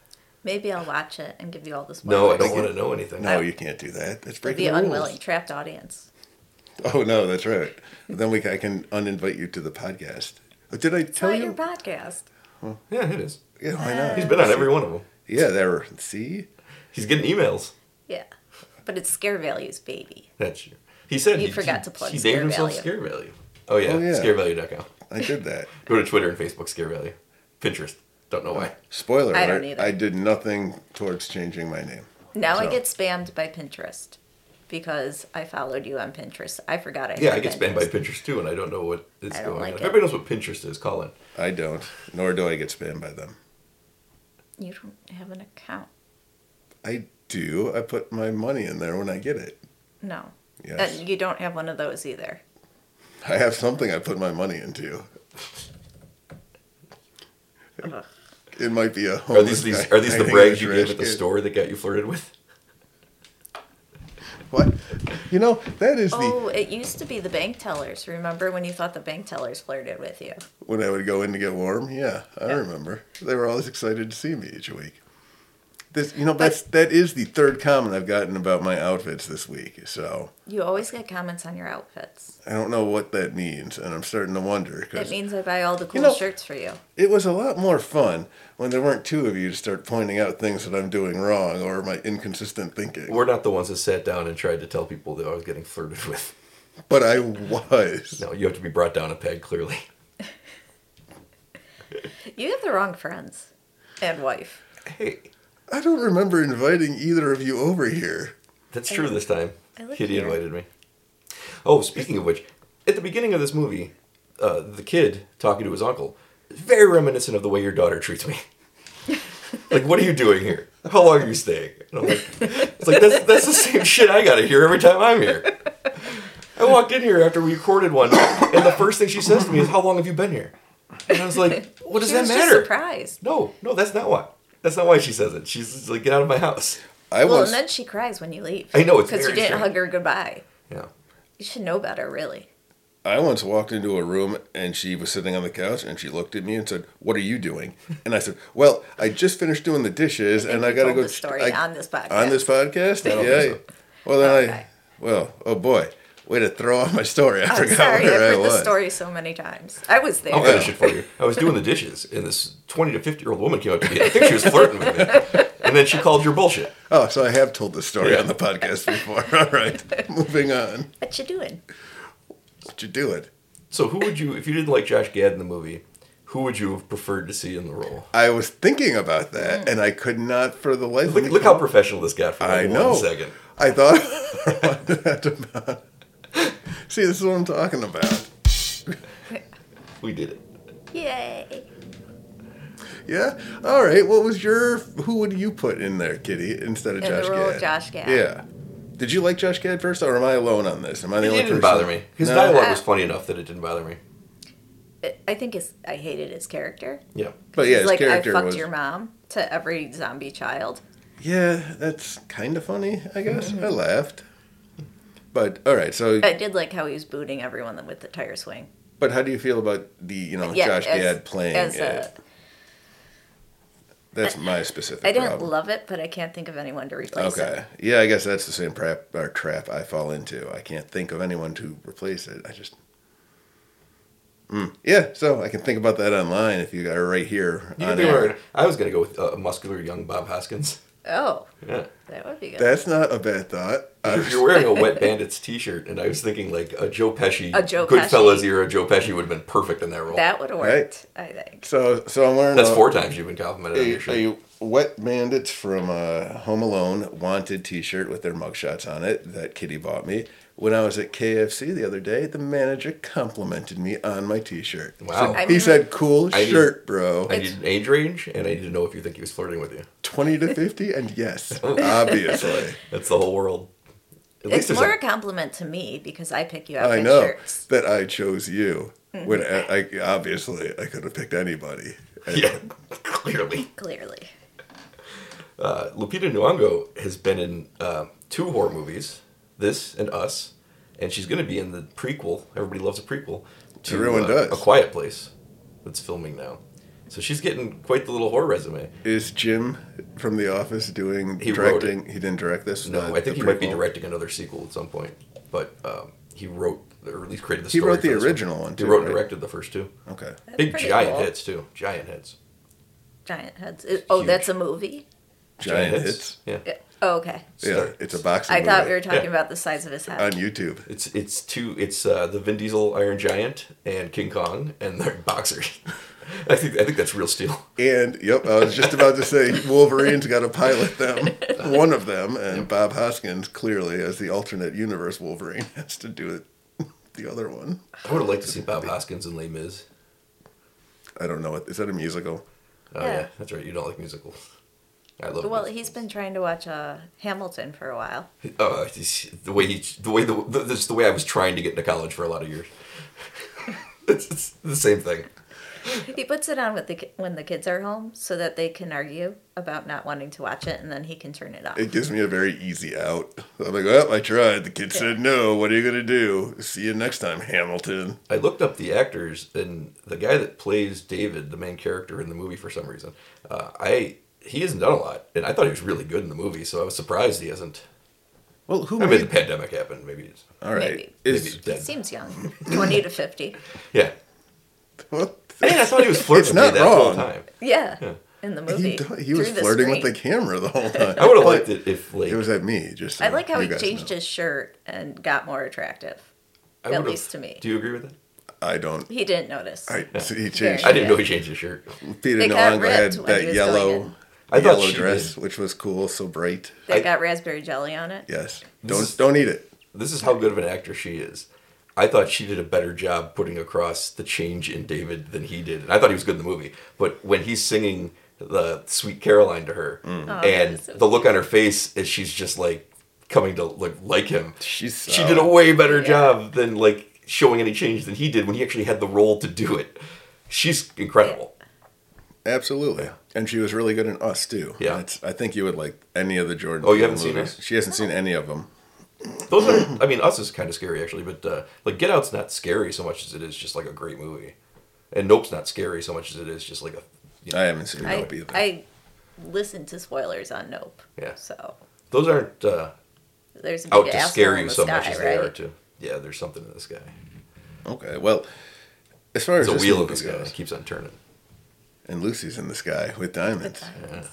Maybe I'll watch it and give you all the spoilers. No, I don't you- want to know anything. No, you can't do that. That's It'd breaking be the rules. unwilling, trapped audience. Oh no, that's right. then we I can uninvite you to the podcast. Did I It's tell not you? your podcast. Yeah, it is. yeah, why not? He's been on every one of them. Yeah, there. were- See, He's getting emails. Yeah, but it's scare values, baby. That's you. He said He forgot to plug He Scare named himself Value. Scare Value. Oh yeah, Oh, yeah. scarevalue.com. I did that. Go to Twitter and Facebook, Scare Value. Pinterest. Don't know why. Spoiler I alert! don't either. I did nothing towards changing my name. Now I So- get spammed by Pinterest because I followed you on Pinterest. I forgot I. Yeah, had I get spammed by Pinterest too, and I don't know what is I don't going like on. If it. everybody knows what Pinterest is, call in. I don't, nor do I get spammed by them. You don't have an account. I do. I put my money in there when I get it. No, Yes, and you don't have one of those either. I have something I put my money into. It might be a. Are these these are these the brags you gave at the store? store that got you flirted with? What? You know that is the Oh, it used to be the bank tellers. Remember when you thought the bank tellers flirted with you? when I would go in to get warm. Yeah, I Yeah. remember. They were always excited to see me each week. This, you know, that's that is the third comment I've gotten about my outfits this week. So You always get comments on your outfits. I don't know what that means, and I'm starting to wonder It because means I buy all the cool know- shirts for you. it was a lot more fun when there weren't two of you to start pointing out things that I'm doing wrong or my inconsistent thinking. We're not the ones that sat down and tried to tell people that I was getting flirted with. but I was. No, you have to be brought down a peg, clearly. You have the wrong friends and wife. Hey, I don't remember inviting either of you over here. that's true this time. I live Kitty here. invited me. Oh, speaking of which, at the beginning of this movie, uh, the kid talking to his uncle is very reminiscent of the way your daughter treats me. like, what are you doing here? How long are you staying? And I'm like, it's like that's, that's the same shit I gotta hear every time I'm here. I walked in here after we recorded one, and the first thing she says to me is, "How long have you been here?" And I was like, What does she that was matter? Just surprised. No, no, that's not why. That's not why she says it. She's just like, get out of my house. I well, once, and then she cries when you leave. I know, it's because you very didn't strange. hug her goodbye. Yeah. You should know better, really. I once walked into a room and she was sitting on the couch and she looked at me and said, "What are you doing?" And I said, "Well, I just finished doing the dishes and I you got to told go the story I- on this podcast. On this podcast? I don't yeah. think Well, then Okay. I well, oh boy. Way to throw off my story. I I'm forgot sorry, I've where I heard was. the story so many times. I was there. I'll finish it for you. I was doing the dishes, and this 20 to 50 year old woman came up to me. I think she was flirting with me. And then she called your bullshit. Oh, so I have told this story Yeah. on the podcast before. All right. Moving on. What you doing? What you doing? So, who would you, if you didn't like Josh Gad in the movie, who would you have preferred to see in the role? I was thinking about that and I could not for the life Look, of me. look how professional this got for I like know. one second. I thought that's about. See, this is what I'm talking about. We did it. Yay! Yeah. All right. What was your? Who would you put in there, Kitty, instead of In the Josh role Gad? of Josh Gad. Yeah. Did you like Josh Gad first, or am I alone on this? Am I the It only didn't person? bother me. His No? dialogue was Uh, funny enough that it didn't bother me. I- I think his, I hated his character. Yeah. But yeah, He's his like, I character fucked was. your mom to every zombie child. Yeah, that's kind of funny. I guess Mm-hmm. I laughed. But all right. So, I did like how he was booting everyone with the tire swing. but how do you feel about the you know Yeah, Josh as- Gad playing as a- it? That's my specific. I didn't problem. love it, but I can't think of anyone to replace it. Okay. Yeah, I guess that's the same prep or trap I fall into. I can't think of anyone to replace it. I just. Mm. Yeah, so I can think about that online if you are right here. You on could be air. worried. I was going to go with uh, a muscular young Bob Hoskins. Oh, Yeah. that would be good. That's not a bad thought. I Uh, If you're wearing a Wet Bandits t-shirt, and I was thinking like a Joe Pesci, A Joe Goodfellas Pesci. era Joe Pesci would have been perfect in that role. that would have worked, I think. so, so I'm wearing That's a, four times you've been complimented on a, your shirt. a Wet Bandits from uh, Home Alone wanted t shirt with their mugshots on it that Kitty bought me. When I was at KFC the other day, the manager complimented me on my t shirt. Wow. I He mean- said, cool I need- shirt, bro. I need an age range, and I need to know if you think he was flirting with you. 20 to 50 and yes obviously That's the whole world. At It's there's more a- a compliment to me because I pick you out i good know shirts. Hmm. that i chose you when uh, I, I obviously i could have picked anybody And yeah, clearly. Clearly. Uh, Lupita Nyong'o has been in uh, two horror movies, this and Us, and she's going to be in the prequel. Everybody loves a prequel. To, Everyone uh, does. A Quiet Place, that's filming now. So she's getting quite the little horror resume. is jim from the office doing He wrote directing he didn't direct this No, but I think the he might be prequel. directing another sequel at some point, but um, he wrote or at least created the. He story wrote the for this original one, too, He wrote and right? directed the first two. okay That's Big pretty giant cool. hits too. Giant hits. Giant heads. It- oh, Huge. that's a movie? giant, hits, Yeah. Yeah. Oh, okay. yeah Start. it's a boxing I thought we were movie talking Yeah. about the size of his head. on youtube It's it's two. It's uh, the Vin Diesel Iron Giant and King Kong and they're boxers. I think I think that's real steel. and yep i was just about to say wolverine's got to pilot them one of them and bob hoskins clearly as the alternate universe wolverine has to do it the other one I would have liked to see Bob Hoskins and Les Mis. I don't know what is that a musical? Oh yeah. Yeah. that's right. You don't like musicals. I love. Well, musicals. he's been trying to watch uh, Hamilton for a while. Uh, he's- the way he, the way the, the this is the way I was trying to get into college for a lot of years. it's, it's the same thing. He puts it on with the ki- when the kids are home so that they can argue about not wanting to watch it, and then he can turn it off. It gives me a very easy out. I'm like, well, I tried. The kid said no. What are you gonna do? See you next time, Hamilton. I looked up the actors, and the guy that plays David, the main character in the movie, for some reason, uh, I he hasn't done a lot, and I thought he was really good in the movie, so I was surprised he hasn't. Well, who I mean, the made? pandemic happened. Maybe it's All right, Maybe. maybe is he's He dead. seems young, twenty to fifty. yeah. what? I mean, I thought he was flirting It's with not me that whole wrong. time. Yeah, in the movie. He, d- he was through the flirting with the screen. camera the whole time. I would have But liked it if like It was at me. Just so I like how you he guys changed know. his shirt and got more attractive. I at would've- least to me. Do you agree with that? I don't. He didn't notice. I see, he Very changed. I didn't Yeah. know he changed his shirt. Peter It got Nalongo had ripped when he that was doing yellow, it. I thought yellow she dress, did. which was cool, so bright. They I- got raspberry jelly on it. Yes. This Don't is- don't eat it. This is how good of an actor she is. I thought she did a better job putting across the change in David than he did. And I thought he was good in the movie. But when he's singing the Sweet Caroline to her and that's Oh, so the look on her face is she's just like coming to like like him. She's she did a solid. way better Yeah. job than like showing any change than he did when he actually had the role to do it. She's incredible. Absolutely. And she was really good in Us too. Yeah. That's- I think you would like any of the Jordan. Oh, you Peele haven't seen movies. Us? She hasn't seen any of them. Those are, I mean, Us is kind of scary actually, but uh, like Get Out's not scary so much as it is just like a great movie, and Nope's not scary so much as it is just like a, you know, I haven't seen I, Nope either. I listened to spoilers on Nope. Yeah. So those aren't uh, there's a big out to asshole scare in you the so sky, much as right? they are to. Yeah, there's something in this guy. okay. Well, as far as It's a this wheel of movie this guy. goes, It keeps on turning. and Lucy's in the sky with diamonds. Yeah.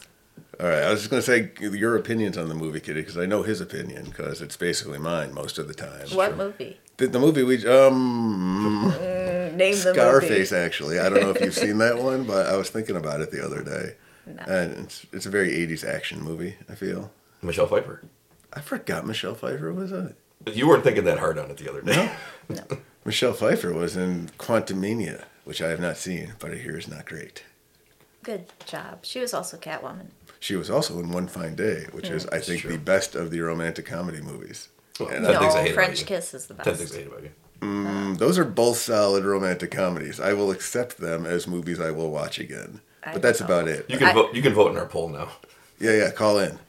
All right. I was just gonna say your opinions on the movie, Kitty, because I know his opinion because it's basically mine most of the time. What movie? The, the movie we um Name the movie. Scarface actually. I don't know if you've seen that one, but I was thinking about it the other day. No. And it's it's a very 80s action movie, I feel. Michelle Pfeiffer. I forgot Michelle Pfeiffer was on it. You weren't thinking that hard on it the other day. No. No. Michelle Pfeiffer was in Quantumania, which I have not seen, but I hear is not great. Good job. She was also Catwoman. She was also in One Fine Day, which is, I think, Mm, true. the best of the romantic comedy movies. Well, And Ten I- no, Things I Hate About French You. Kiss is the Ten things I best. hate about you. mm, those are both solid romantic comedies. I will accept them as movies I will watch again. I But that's don't about know. it. You can I- vote. You can vote in our poll now. Yeah, yeah, call in.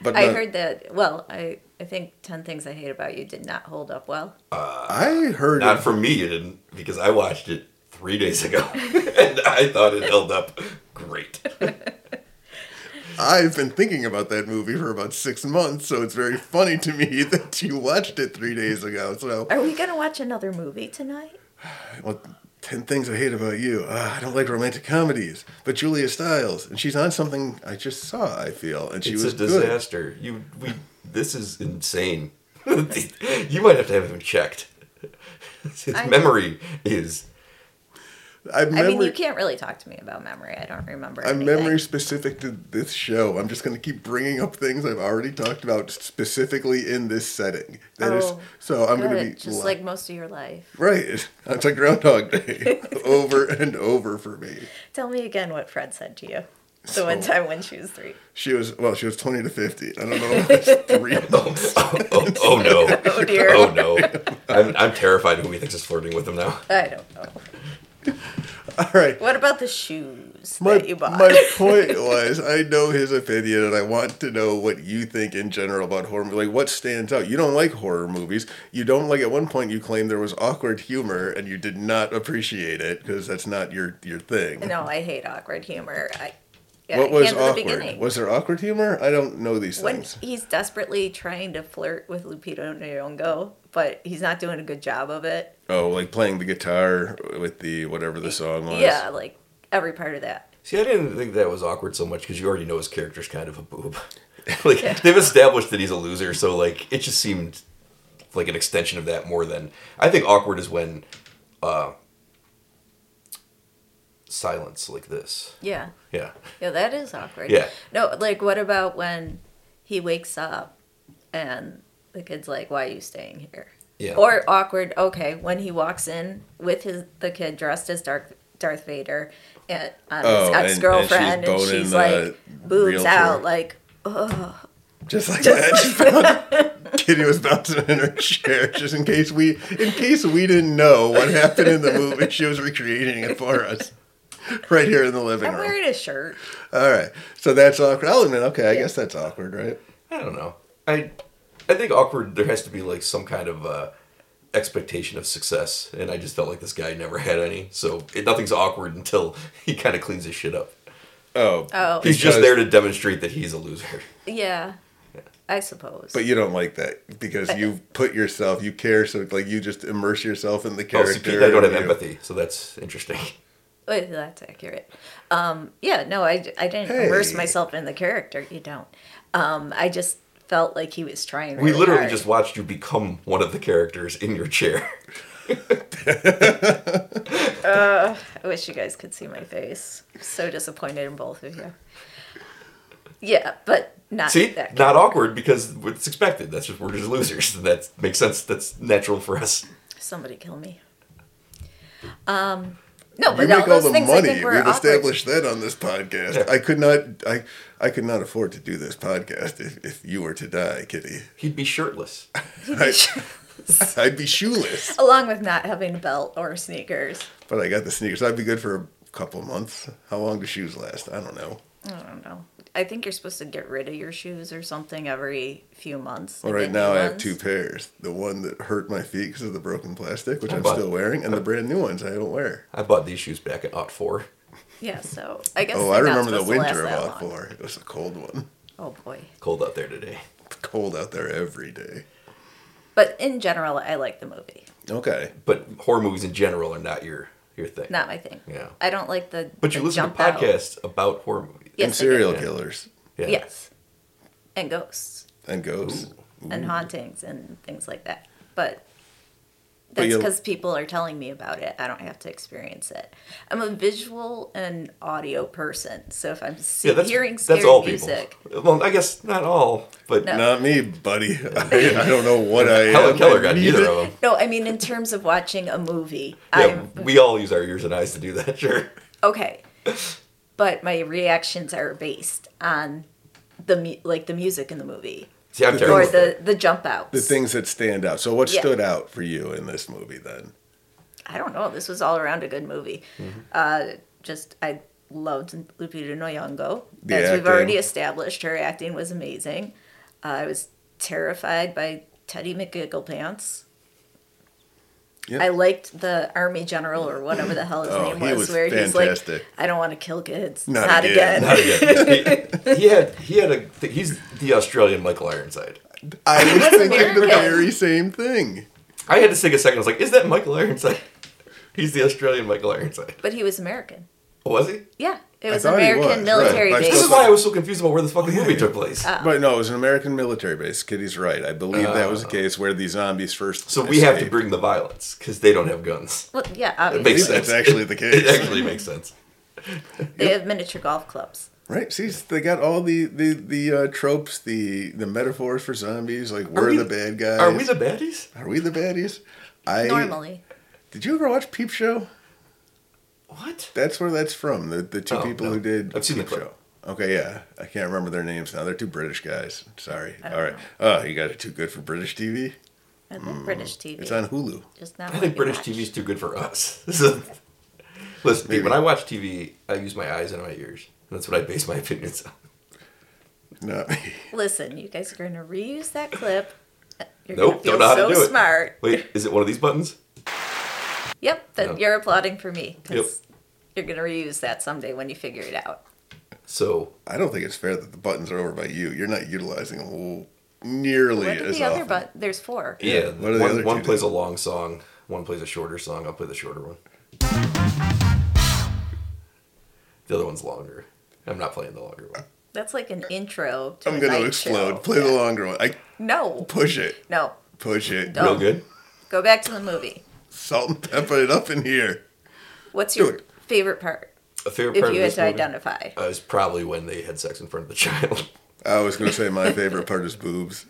But I no, heard that. Well, I I think Ten Things I Hate About You did not hold up well. I heard Not it, for me, you didn't, because I watched it three days ago, and I thought it held up great. I've been thinking about that movie for about six months, so it's very funny to me that you watched it three days ago. So Are we gonna watch another movie tonight? Well, 10 Things I Hate About You. Ah, I don't like romantic comedies. But Julia Stiles, and she's on something I just saw, I feel. And she it's was a good. disaster. You, we, this is insane. you might have to have him checked. His I- memory is I I memory, mean, you can't really talk to me about memory. I don't remember. I'm anything. memory specific to this show. I'm just going to keep bringing up things I've already talked about specifically in this setting. That is, Oh, so I'm going to be Good, just li- like most of your life. right. It's like Groundhog Day over and over for me. Tell me again what Fred said to you the So- one time when she was three. She was well. She was 20 to 50. I don't know. If it's three. oh, oh, oh no. Oh dear. Oh no. I'm, I'm terrified who he thinks is flirting with him now. I don't know. All right. What about the shoes My, that you bought? my point was, I know his opinion, and I want to know what you think in general about horror. movies. Like, what stands out? You don't like horror movies. You don't like. At one point, you claimed there was awkward humor, and you did not appreciate it because that's not your your thing. no, I hate awkward humor. I yeah, what I was can't at the awkward? beginning. Was there awkward humor? I don't know these when things. he's desperately trying to flirt with Lupito Nyong'o, but he's not doing a good job of it. Oh, like playing the guitar with the whatever the song was. Yeah, like every part of that. See, I didn't think that was awkward so much because you already know his character's kind of a boob. like they've established that he's a loser, so like it just seemed like an extension of that more than I think awkward is when uh silence like this. Yeah. Yeah. Yeah, that is awkward. Yeah. No, like what about when he wakes up and the kid's like, Why are you staying here? Yeah. Or awkward, okay, when he walks in with his the kid dressed as Darth Darth Vader and on Oh, his and- and she's ex girlfriend and she's, boning the like boobs realtor. out, like Just like that. She found- Kitty was bouncing in her chair just in case we in case we didn't know what happened in the movie. She was recreating it for us. Right here in the living I'm room. wearing a shirt. All right. So that's awkward. I'll admit, okay, I guess that's awkward, right? I don't know. I I think awkward there has to be like some kind of uh expectation of success and I just felt like this guy never had any. So it, nothing's awkward until he kind of cleans his shit up. Oh. Oh He's just Because- there to demonstrate that he's a loser. yeah. I suppose. But you don't like that because you put yourself, you care, so like you just immerse yourself in the character. Oh, see, Pete, I don't have You- empathy, so that's interesting. Wait, Oh, that's accurate. Um, yeah, no, I, I didn't immerse Hey. myself in the character. You don't. Um, I just felt like he was trying. We really literally hard. just watched you become one of the characters in your chair. I wish you guys could see my face. So disappointed in both of you. Yeah, but not See, that. not awkward because it's expected. That's just we're just losers. That makes sense. That's natural for us. Somebody kill me. Um, no, You but make all all those the things I money. think were We've awkward. established that on this podcast. Yeah. I could not I I could not afford to do this podcast if, if you were to die, Kitty. He'd be shirtless. I, I'd be shoeless, Along with not having a belt or sneakers. but I got the sneakers. I'd be good for couple months. How long do shoes last? I don't know. I don't know. I think you're supposed to get rid of your shoes or something every few months. Well, like right the now new I have ones. two pairs. The one that hurt my feet because of the broken plastic, which Oh, I'm but- still wearing, and the brand new ones I don't wear. I bought these shoes back at Ot Four. Yeah, so I guess. Oh, they're I not remember the supposed to last winter of that Lot long. 4. It was a cold one. Oh boy. Cold out there today. It's cold out there every day. But in general, I like the movie. Okay. But horror movies in general are not your your thing. Not my thing. Yeah. I don't like the. But you the listen to jump out. podcasts about horror movies. Yes, and I do. serial Yeah. killers. Yeah. Yes. And ghosts And ghosts. and hauntings and things like that. But But that's you- because people are telling me about it. I don't have to experience it. I'm a visual and audio person, so if I'm see- Yeah, that's hearing scary that's all music, people. Well, I guess not all, but No. Not me, buddy. I, I don't know what I am. Helen Keller got I need neither it. of them. no, I mean in terms of watching a movie, Yeah, I'm we all use our ears and eyes to do that. Sure. okay, but my reactions are based on the mu- like the music in the movie See, I'm terrible. or at that. the the jump outs. The things that stand out. So, what Yeah. stood out for you in this movie then? I don't know. This was all around a good movie. Mm-hmm. Uh, just I loved Lupita Nyong'o. The As we've already acting. established, her acting was amazing. Uh, I was terrified by Teddy McGigglepants. Yep. I liked the army general or whatever the hell his Oh, name he was, was where he's fantastic. like, "I don't want to kill kids, Not not, again." again." Not again. he, he had he had a th- he's the Australian Michael Ironside. I was thinking the American. very same thing. I had to take a second. I was like, is that Michael Ironside? He's the Australian Michael Ironside. Oh, but he was American. Was he? Yeah, it was thought he American was, right. military I This base. is why I was so confused about where this Oh, fucking movie took place. Uh, But no, it was an American military base. Kitty's right. I believe that was the case where the zombies first. So we have to escaped. bring the violence because they don't have guns. Well, yeah, It obviously makes believe that's sense. actually the case. It actually makes sense. they have miniature golf clubs. right. See, they got all the the the uh, tropes, the the metaphors for zombies. Like we're we- the bad guys. Are we the baddies? Are we the baddies? I Normally, Did you ever watch Peep Show? What? That's where that's from. The the two Oh, people no. who did I've seen the Peep clip. Show. Okay, yeah, I can't remember their names now. They're two British guys. Sorry. I don't All right. Oh, you guys are too good for British TV. I think British TV. It's on Hulu. just not I what think we British watch. TV is too good for us. So- Listen, dude, when I watch TV, I use my eyes and my ears. And that's what I base my opinions on. Not me. Listen, you guys are going to reuse that clip. You're Nope, don't gonna know how to so do it. smart. Wait, is it one of these buttons? Yep, that No. you're applauding for me because you're going to reuse that someday when you figure it out. So I don't think it's fair that the buttons are over by you. You're not utilizing them nearly What are as the other often. but there's four. Yeah, What are the one, other one two plays do? a long song, one plays a shorter song. I'll play the shorter one. The other one's longer. I'm not playing the longer one. That's like an intro to I'm a gonna night explode. show. Play the longer one. I No. push it. No. Push it. No. Oh. Real good. Go back to the movie. Salt and pepper it up in here. What's Do your it. favorite part? A favorite If part you of had this to movie identify. uh, is probably when they had sex in front of the child. I was gonna say my favorite part is boobs.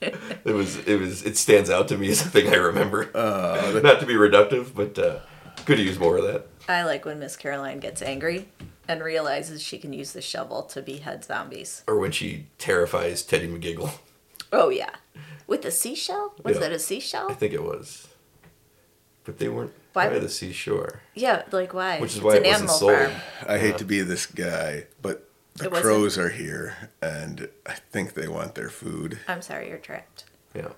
It was it was it stands out to me as a thing I remember. Uh, not to be reductive, but uh, could use more of that. I like when Miss Caroline gets angry and realizes she can use the shovel to behead zombies. Or when she terrifies Teddy McGiggle. Oh, yeah. With a seashell? Was Yeah. that a I seashell? think it was. But they weren't Why by would- the seashore. Yeah, like why? Which is why it wasn't sold. I hate to be this guy, but the It wasn't- crows are here, and I think they want their food. I'm sorry, you're trapped. Yeah.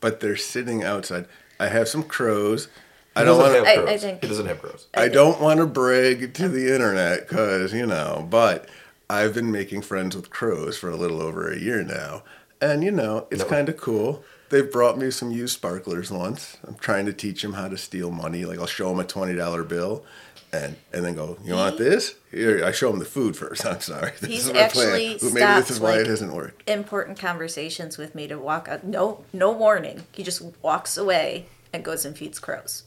But they're sitting outside. I have some crows. He I don't doesn't have want. to. I- I crows. think- He doesn't have crows. I don't want to brag to the internet because you know, but I've been making friends with crows for a little over a year now, and you know, it's No. kind of cool. They've brought me some used sparklers once. I'm trying to teach them how to steal money. Like I'll show them a twenty dollar bill, and and then go, you want this? Here, I show them the food first. I'm sorry. This He's is my actually plan. Maybe this is stopped, why it like- hasn't worked. Important conversations with me to walk out. No, no warning. He just walks away and goes and feeds crows.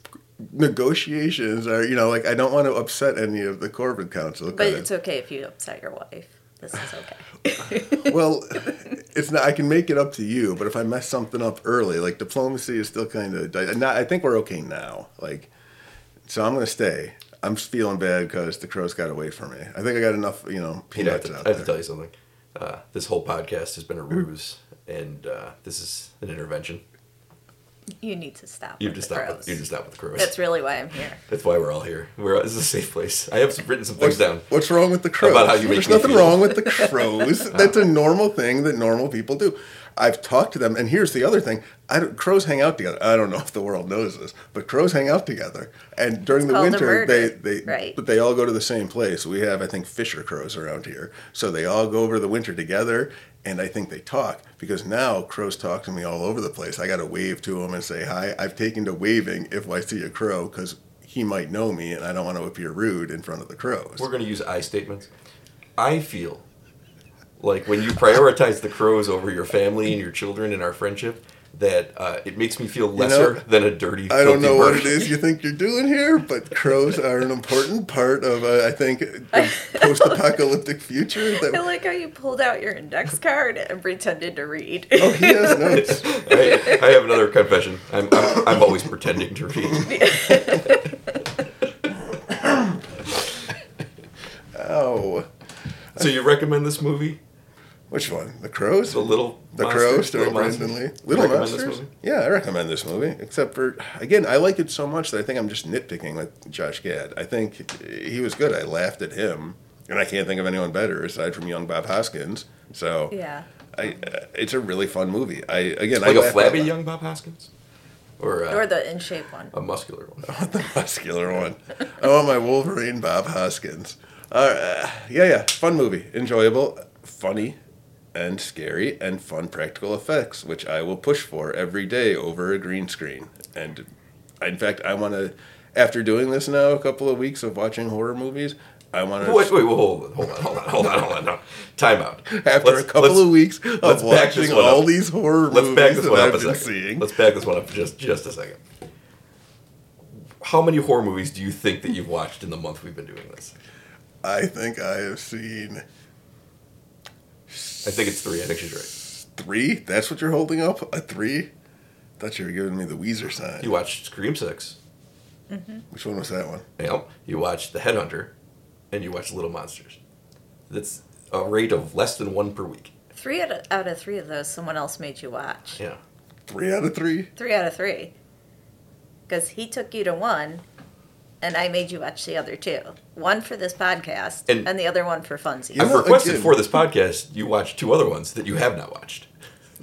Negotiations are, you know, like I don't want to upset any of the Corbin Council. But 'cause- it's okay if you upset your wife. This is okay. well, it's not. I can make it up to you, but if I mess something up early, like diplomacy is still kind of. Not. I think we're okay now. Like, so I'm gonna stay. I'm just feeling bad because the crows got away from me. I think I got enough. You know, You know, I have peanuts to, out I have to there. tell you something. Uh, this whole podcast has been a ruse, and uh, this is an intervention. You need to stop. You with have to the stop. crows. With, you have to stop with the crows. That's really why I'm here. That's why we're all here. We're this is a safe place. I have some, written some things What's, down. what's wrong with the crows? About how you make There's me nothing feel. wrong with the crows. That's a normal thing that normal people do. I've talked to them, and here's the other thing: I don't, crows hang out together. I don't know if the world knows this, but crows hang out together, and during the called a winter, they murder, they right. but they all go to the same place. We have, I think, fisher crows around here, so they all go over the winter together. And I think they talk because now crows talk to me all over the place. I got to wave to them and say hi. I've taken to waving if I see a crow because he might know me, and I don't want to appear rude in front of the crows. We're going to use I statements. I feel like when you prioritize the crows over your family and your children and our friendship, that uh, it makes me feel lesser than a dirty. I don't filthy know what bird. it is you think you're doing here, but crows are an important part of, uh, I think, the post-apocalyptic future. I That, like how you pulled out your index card and pretended to read. oh, he has notes. I, I have another confession. I'm, I'm, I'm always pretending to read. Oh, So you recommend this movie? which one? The crows. The little The monster, Crows starring Little Monster? Brandon Lee. You Little recommend this Monsters. movie? Yeah, I recommend this movie. Except for again, I like it so much that I think I'm just nitpicking with Josh Gad. I think he was good. I laughed at him, and I can't think of anyone better aside from young Bob Hoskins. So yeah. I, uh, it's a really fun movie. I again, I Like a laughed out flabby loud. young Bob Hoskins, or, uh, Or the in shape one. a muscular one. want the muscular one. I want my Wolverine Bob Hoskins. Uh, yeah, yeah. Fun movie. Enjoyable, funny, and scary, and fun practical effects, which I will push for every day over a green screen. And in fact, I want to, after doing this now, a couple of weeks of watching horror movies, I want to. Wait, wait, whoa, hold on, hold on, hold on, hold on, hold on. No. Time out. After a couple of weeks of let's back this watching one up. all these horror let's movies back this that one up I've a been second. seeing, Let's back this one up for just just a second. How many horror movies do you think that you've watched in the month we've been doing this? I think I have seen I think it's three. I think she's right. three. That's what you're holding up? A three? thought you were giving me the Weezer sign. You watched Scream Six. Which one was that one? Yep. You watched The Headhunter, and you watched Little Monsters. That's a rate of less than one per week. Three out of, out of three of those, someone else made you watch. Yeah. Three out of three? Three out of three. Because he took you to one, and I made you watch the other two. One for this podcast, and, And- the other one for funsies. You I've know, requested again- for this podcast you watch two other ones that you have not watched.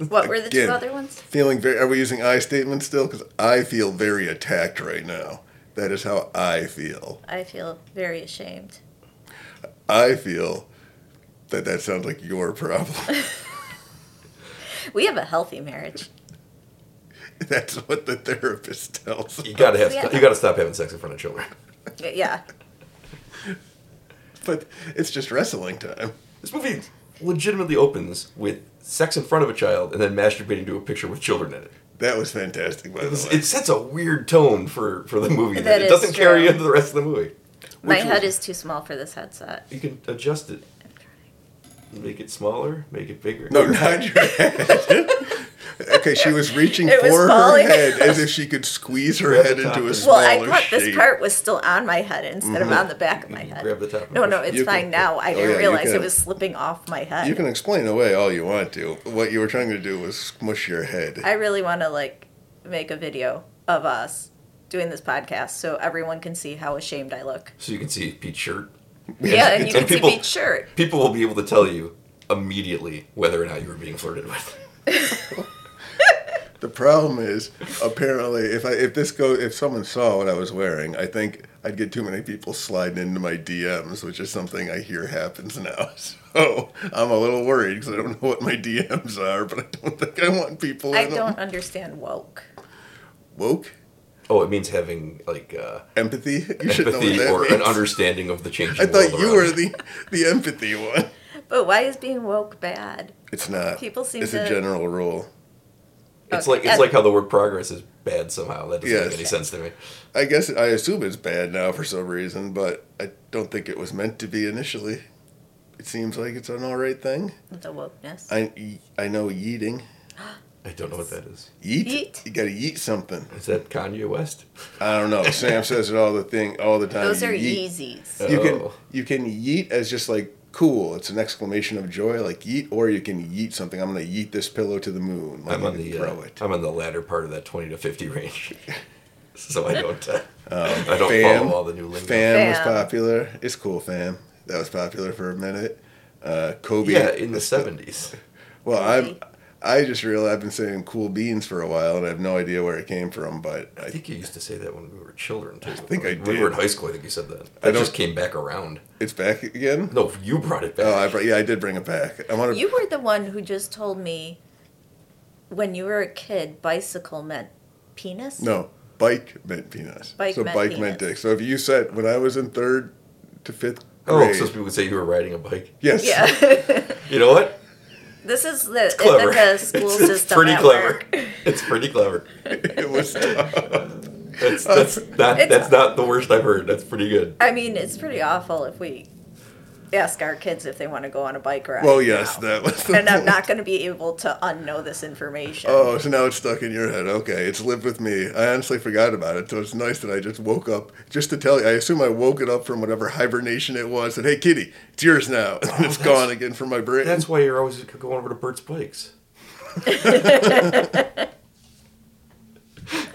what were the two Again. other ones? Feeling very. Are we using I statements still? Because I feel very attacked right now. That is how I feel. I feel very ashamed. I feel that that sounds like your problem. We have a healthy marriage. That's what the therapist tells. You gotta have. Yeah. You gotta stop having sex in front of children. Yeah. But it's just wrestling time. This movie legitimately opens with sex in front of a child and then masturbating to a picture with children in it. That was fantastic, by the It's- way. It sets a weird tone for, for the movie. That That it is doesn't carry true. into the rest of the movie. My Which head was- is too small for this headset. You can adjust it, I'm trying. make it smaller, make it bigger. no, not your head. okay, she was reaching It was for her falling. head as if she could squeeze her Grab the head top. into a Well, smaller Mm-hmm. Well, I thought shape. this part was still on my head instead of on the back of my You head. grab the top and no, no, push it. it's You can- fine now. I oh, didn't yeah, you realize can. it was slipping off my head. You can explain away all you want to. What you were trying to do was smush your head. I really want to like make a video of us doing this podcast so everyone can see how ashamed I look. So you can see Pete's shirt. Yeah, and And you can see people- Pete's shirt. People will be able to tell you immediately whether or not you were being flirted with. The problem is, apparently, if I if this go if someone saw what I was wearing, I think I'd get too many people sliding into my DMs, which is something I hear happens now. So I'm a little worried because I don't know what my DMs are, but I don't think I want people. I in 'em. don't understand woke. woke Oh, it means having like uh, empathy. You should know what empathy that or an means. understanding of the changing I thought world you around were the the empathy one. But why is being woke bad? It's not. People seem It's a to- general rule. It's Okay. like it's like how the word progress is bad somehow. That doesn't Yes. make any sense to me. I guess I assume it's bad now for some reason, but I don't think it was meant to be initially. It seems like it's an all right thing. The wokeness. I I know yeeting. I don't know what that is. Yeet. Yeet. You gotta yeet something. Is that Kanye West? I don't know. Sam says it all the thing all the time. Those You are yeet. Yeezys. You can Oh. you can yeet as just like cool. It's an exclamation of joy, like yeet, or you can yeet something. I'm gonna yeet this pillow to the moon. Like I'm you on can the throw uh, it. I'm on the latter part of that twenty to fifty range, so I don't uh, Um, I don't Fam, follow all the new lingo. fam was Fam. popular. It's cool, fam. That was popular for a minute. Uh, Kobe. Yeah, in the seventies. Well, I'm. Kobe. I just realized I've been saying cool beans for a while, and I have no idea where it came from. But I think you used to say that when we were children too. I think I We did. were in high school. I think you said that. I That don't- just came back around. it's back again. No, you brought it back. Oh, I brought, yeah, I did bring it back. I want to. You were the one who just told me when you were a kid, bicycle meant penis. No, bike meant penis. Bike so meant bike meant penis. dick. So if you said when I was in third to fifth oh, grade, so people would say you were riding a bike. yes, Yeah. You know what? this is the Clever. Ithaca school It's- it's system. pretty at clever. work. It's pretty clever. it was. That's Oh, that's not It's- that's not the worst I've heard. That's pretty good. I mean, it's pretty awful if we ask our kids if they want to go on a bike ride. Well, yes, now. that was. The and I'm point. not going to be able to unknow this information. Oh, so now it's stuck in your head. Okay, it's lived with me. I honestly forgot about it, so it's nice that I just woke up just to tell you. I assume I woke it up from whatever hibernation it was. That hey, kitty, it's yours now, and it's Oh, that's- gone again from my brain. That's why you're always going over to Bert's Bikes.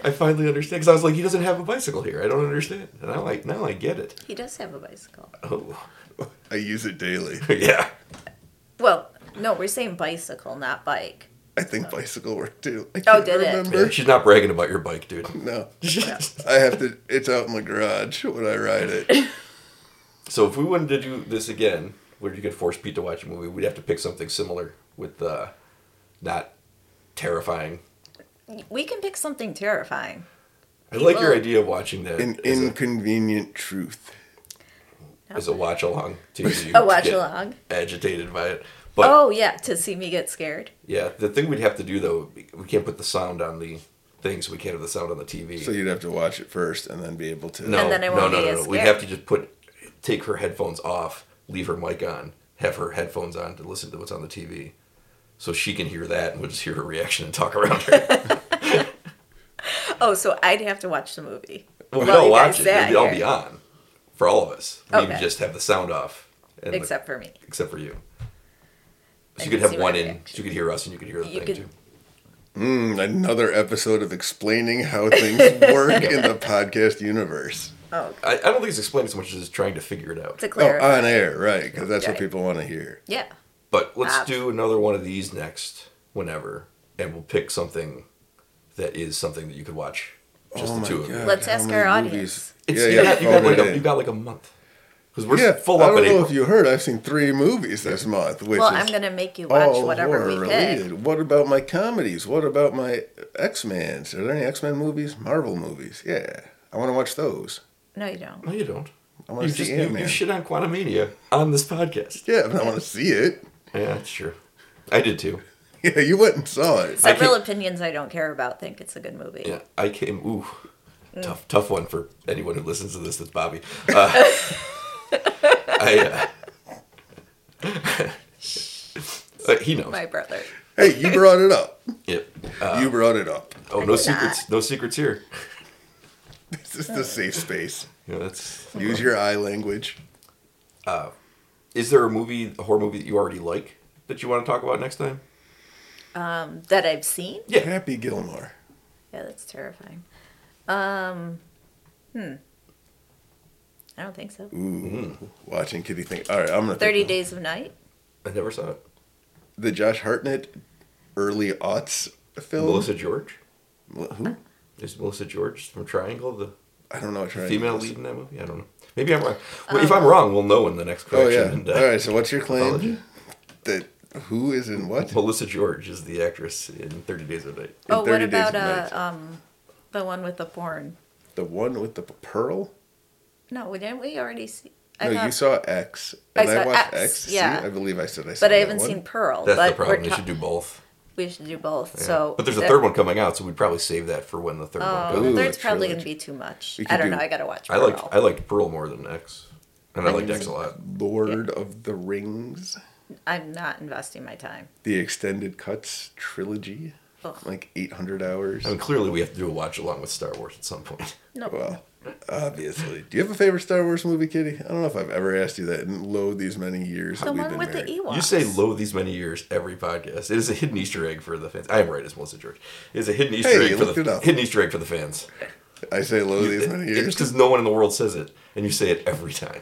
I finally understand because I was like, he doesn't have a bicycle here. I don't understand, and I like now I get it. He does have a bicycle. Oh, I use it daily. yeah. Well, no, we're saying bicycle, not bike. I think bicycle worked too. I Oh, can't did it? remember. Yeah, she's not bragging about your bike, dude. No, so I have to. It's out in the garage when I ride it. if we wanted to do this again, where you could force Pete to watch a movie, we'd have to pick something similar with uh, not terrifying. We can pick something terrifying. I like your Well- idea of watching that An as, inconvenient truth. a, as a watch along. A watch along. Agitated by it, but oh yeah, to see me get scared. yeah, the thing we'd have to do though, we can't put the sound on the thing, so we can't have the sound on the TV. So you'd have to watch it first and then be able to. No, And then I won't no, no, no, be as no. We'd scared. have to just put, take her headphones off, leave her mic on, have her headphones on to listen to what's on the TV, so she can hear that and we'll just hear her reaction and talk around her. Oh, so I'd have to watch the movie. well, we While all you watch guys it. sat It'll all here. be on for all of us. We would Okay. just have the sound off, and the- Except for me. except for you. So And you could see have my one in. reaction. So you could hear us, and you could hear the You thing could- too. Mm, another episode of explaining how things work in the podcast universe. Oh, I, I don't think it's explaining so much as it's trying to figure it out. to Oh, clarify. on air, right? Because that's what Right. people want to hear. yeah. But let's Ab- do another one of these next, whenever, and we'll pick something that is something that you could watch. Just Oh the my two of you. God, Let's how ask many our movies- audience. It's, yeah, you, yeah, got, you, got phone like it a, in. you got like a month because we're yeah, full I up don't in know April. if you heard. I've seen three movies this month, which Well, is I'm gonna make you watch all whatever we horror-related. pick. What about my comedies? What about my X Men's? Are there any X Men movies? Marvel movies? Yeah, I want to watch those. No, you don't. No, you don't. I want You, to just, see you, Ant you Man. shit on Quantum Media on this podcast. Yeah, but I want to see it. Yeah, that's true. I did too. Yeah, you went and saw it. Several can't- opinions I don't care about think it's a good movie. Yeah, I came. Ooh, Mm. tough, tough one for anyone who listens to this. That's Bobby. Uh, I. Uh, uh, he knows. My brother. Hey, you brought it up. Yep. Uh, you brought it up. oh, no secrets. No secrets here. This is uh. the safe space. You know, that's. Use your eye language. Is there a movie, a horror movie that you already like that you want to talk about next time? That I've seen. Yeah. Happy Gilmore. Yeah, that's terrifying. Um, hmm. I don't think so. Mm-hmm. Watching Kitty think. All right, I'm gonna. Thirty pick one. Days of Night. I never saw it. The Josh Hartnett early aughts Oh. film. Melissa George. Mel- Who? Is Melissa George from Triangle the I don't know what her female lead in that movie? I don't know. Maybe I'm wrong. Well, if Um, I'm wrong, we'll know in the next Oh correction. yeah. And, uh, All right. So what's your apology. claim? That who is in what? Melissa George is the actress in Thirty Days of Night. Oh, what 30 Days about of uh, Night. um, the one with the porn? The one with the p- pearl? No, we didn't we already see? I No, you thought- saw X. I And I, saw watched X, X. See, yeah. I believe I said I saw but I that haven't one. seen Pearl. That's but the problem. We're They ta- should do both. we should do both. Yeah. So, but there's a that- third one coming out, so we'd probably save that for when the third one Oh, comes. Ooh, there's a probably trilogy. gonna be too much. We could I don't do- know. I gotta watch. I liked Pearl. I liked Pearl more than X, and I, I liked didn't X a see- lot. Lord of the Rings, I'm not investing my time. the extended cuts trilogy. Ugh. like 800 hours. I mean, clearly we have to do a watch along with Star Wars at some point. No. Well, obviously. Do you have a favorite Star Wars movie, Kitty? I don't know if I've ever asked you that in low these many years the that we've one been with married. the Ewoks. You say low these many years every podcast. It is a hidden Easter egg for the fans. I am right, it's Melissa George. It is a hidden Easter Hey, egg for look it the up. hidden Easter egg for the fans. I say low these many years. because no one in the world says it, and you say it every time.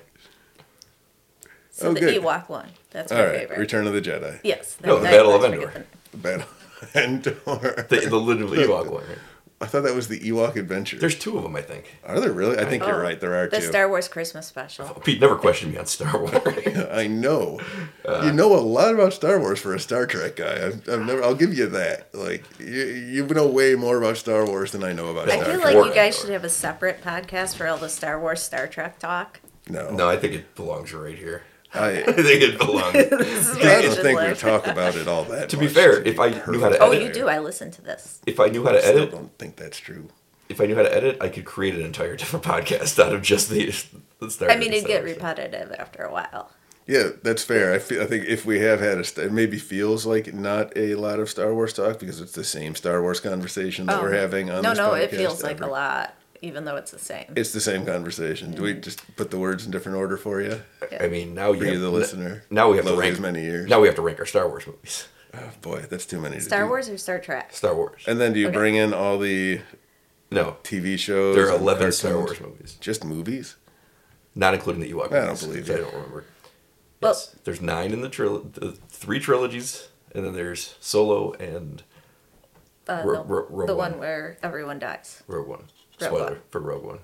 so Oh, the good. Ewok one. That's my All right, favorite. Return of the Jedi. Yes. No, the I Battle of always forget Endor. The Battle of Endor. The, the literally Ewok one. Right? I thought that was the Ewok Adventure. There's two of them, I think. are there really? I think the- you're right. There are Oh, The two. Star Wars Christmas special. Oh, Pete never questioned me on Star Wars. I know. Uh, you know a lot about Star Wars for a Star Trek guy. I've, I've never. I'll give you that. Like you, you know way more about Star Wars than I know about I I Star feel Trek. like War you guys Endor. should have a separate podcast for all the Star Wars, Star Trek talk. no, no, I think it belongs right here. I I, think it belongs. This is where I I don't should think we live. talk about it all that. To be much, fair, if I knew how to Oh, edit, you do. I listen to this. if I knew how to still edit, don't think that's true. if I knew how to edit, I could create an entire different podcast out of just the, the Star. I mean, Trek it'd get stuff. repetitive after a while. Yeah, that's fair. I feel, I think if we have had a, st- it maybe feels like not a lot of Star Wars talk because it's the same Star Wars conversation that we're Oh. having on. No, this no, it podcast feels like a every- lot, even though it's the same. It's the same conversation. Do we Mm-hmm. just put the words in different order for you, I mean, now you for you, have, the listener? Now we have Low to rank these many years. Now we have to rank our Star Wars movies. Oh, boy, that's too many. to Star do. Wars or Star Trek? Star Wars. And then do you Okay. bring in all the No, TV shows? there are and eleven Star cartoons? Wars movies, Just movies? not including the Ewok. don't movies, believe which you. I don't remember. Well- yes, there's nine in the, tril- the three trilogies, and then there's Solo and Uh, Ro- the Ro- Rogue the One. one where everyone dies. Rogue One. Rogue Spoiler One. for Rogue One.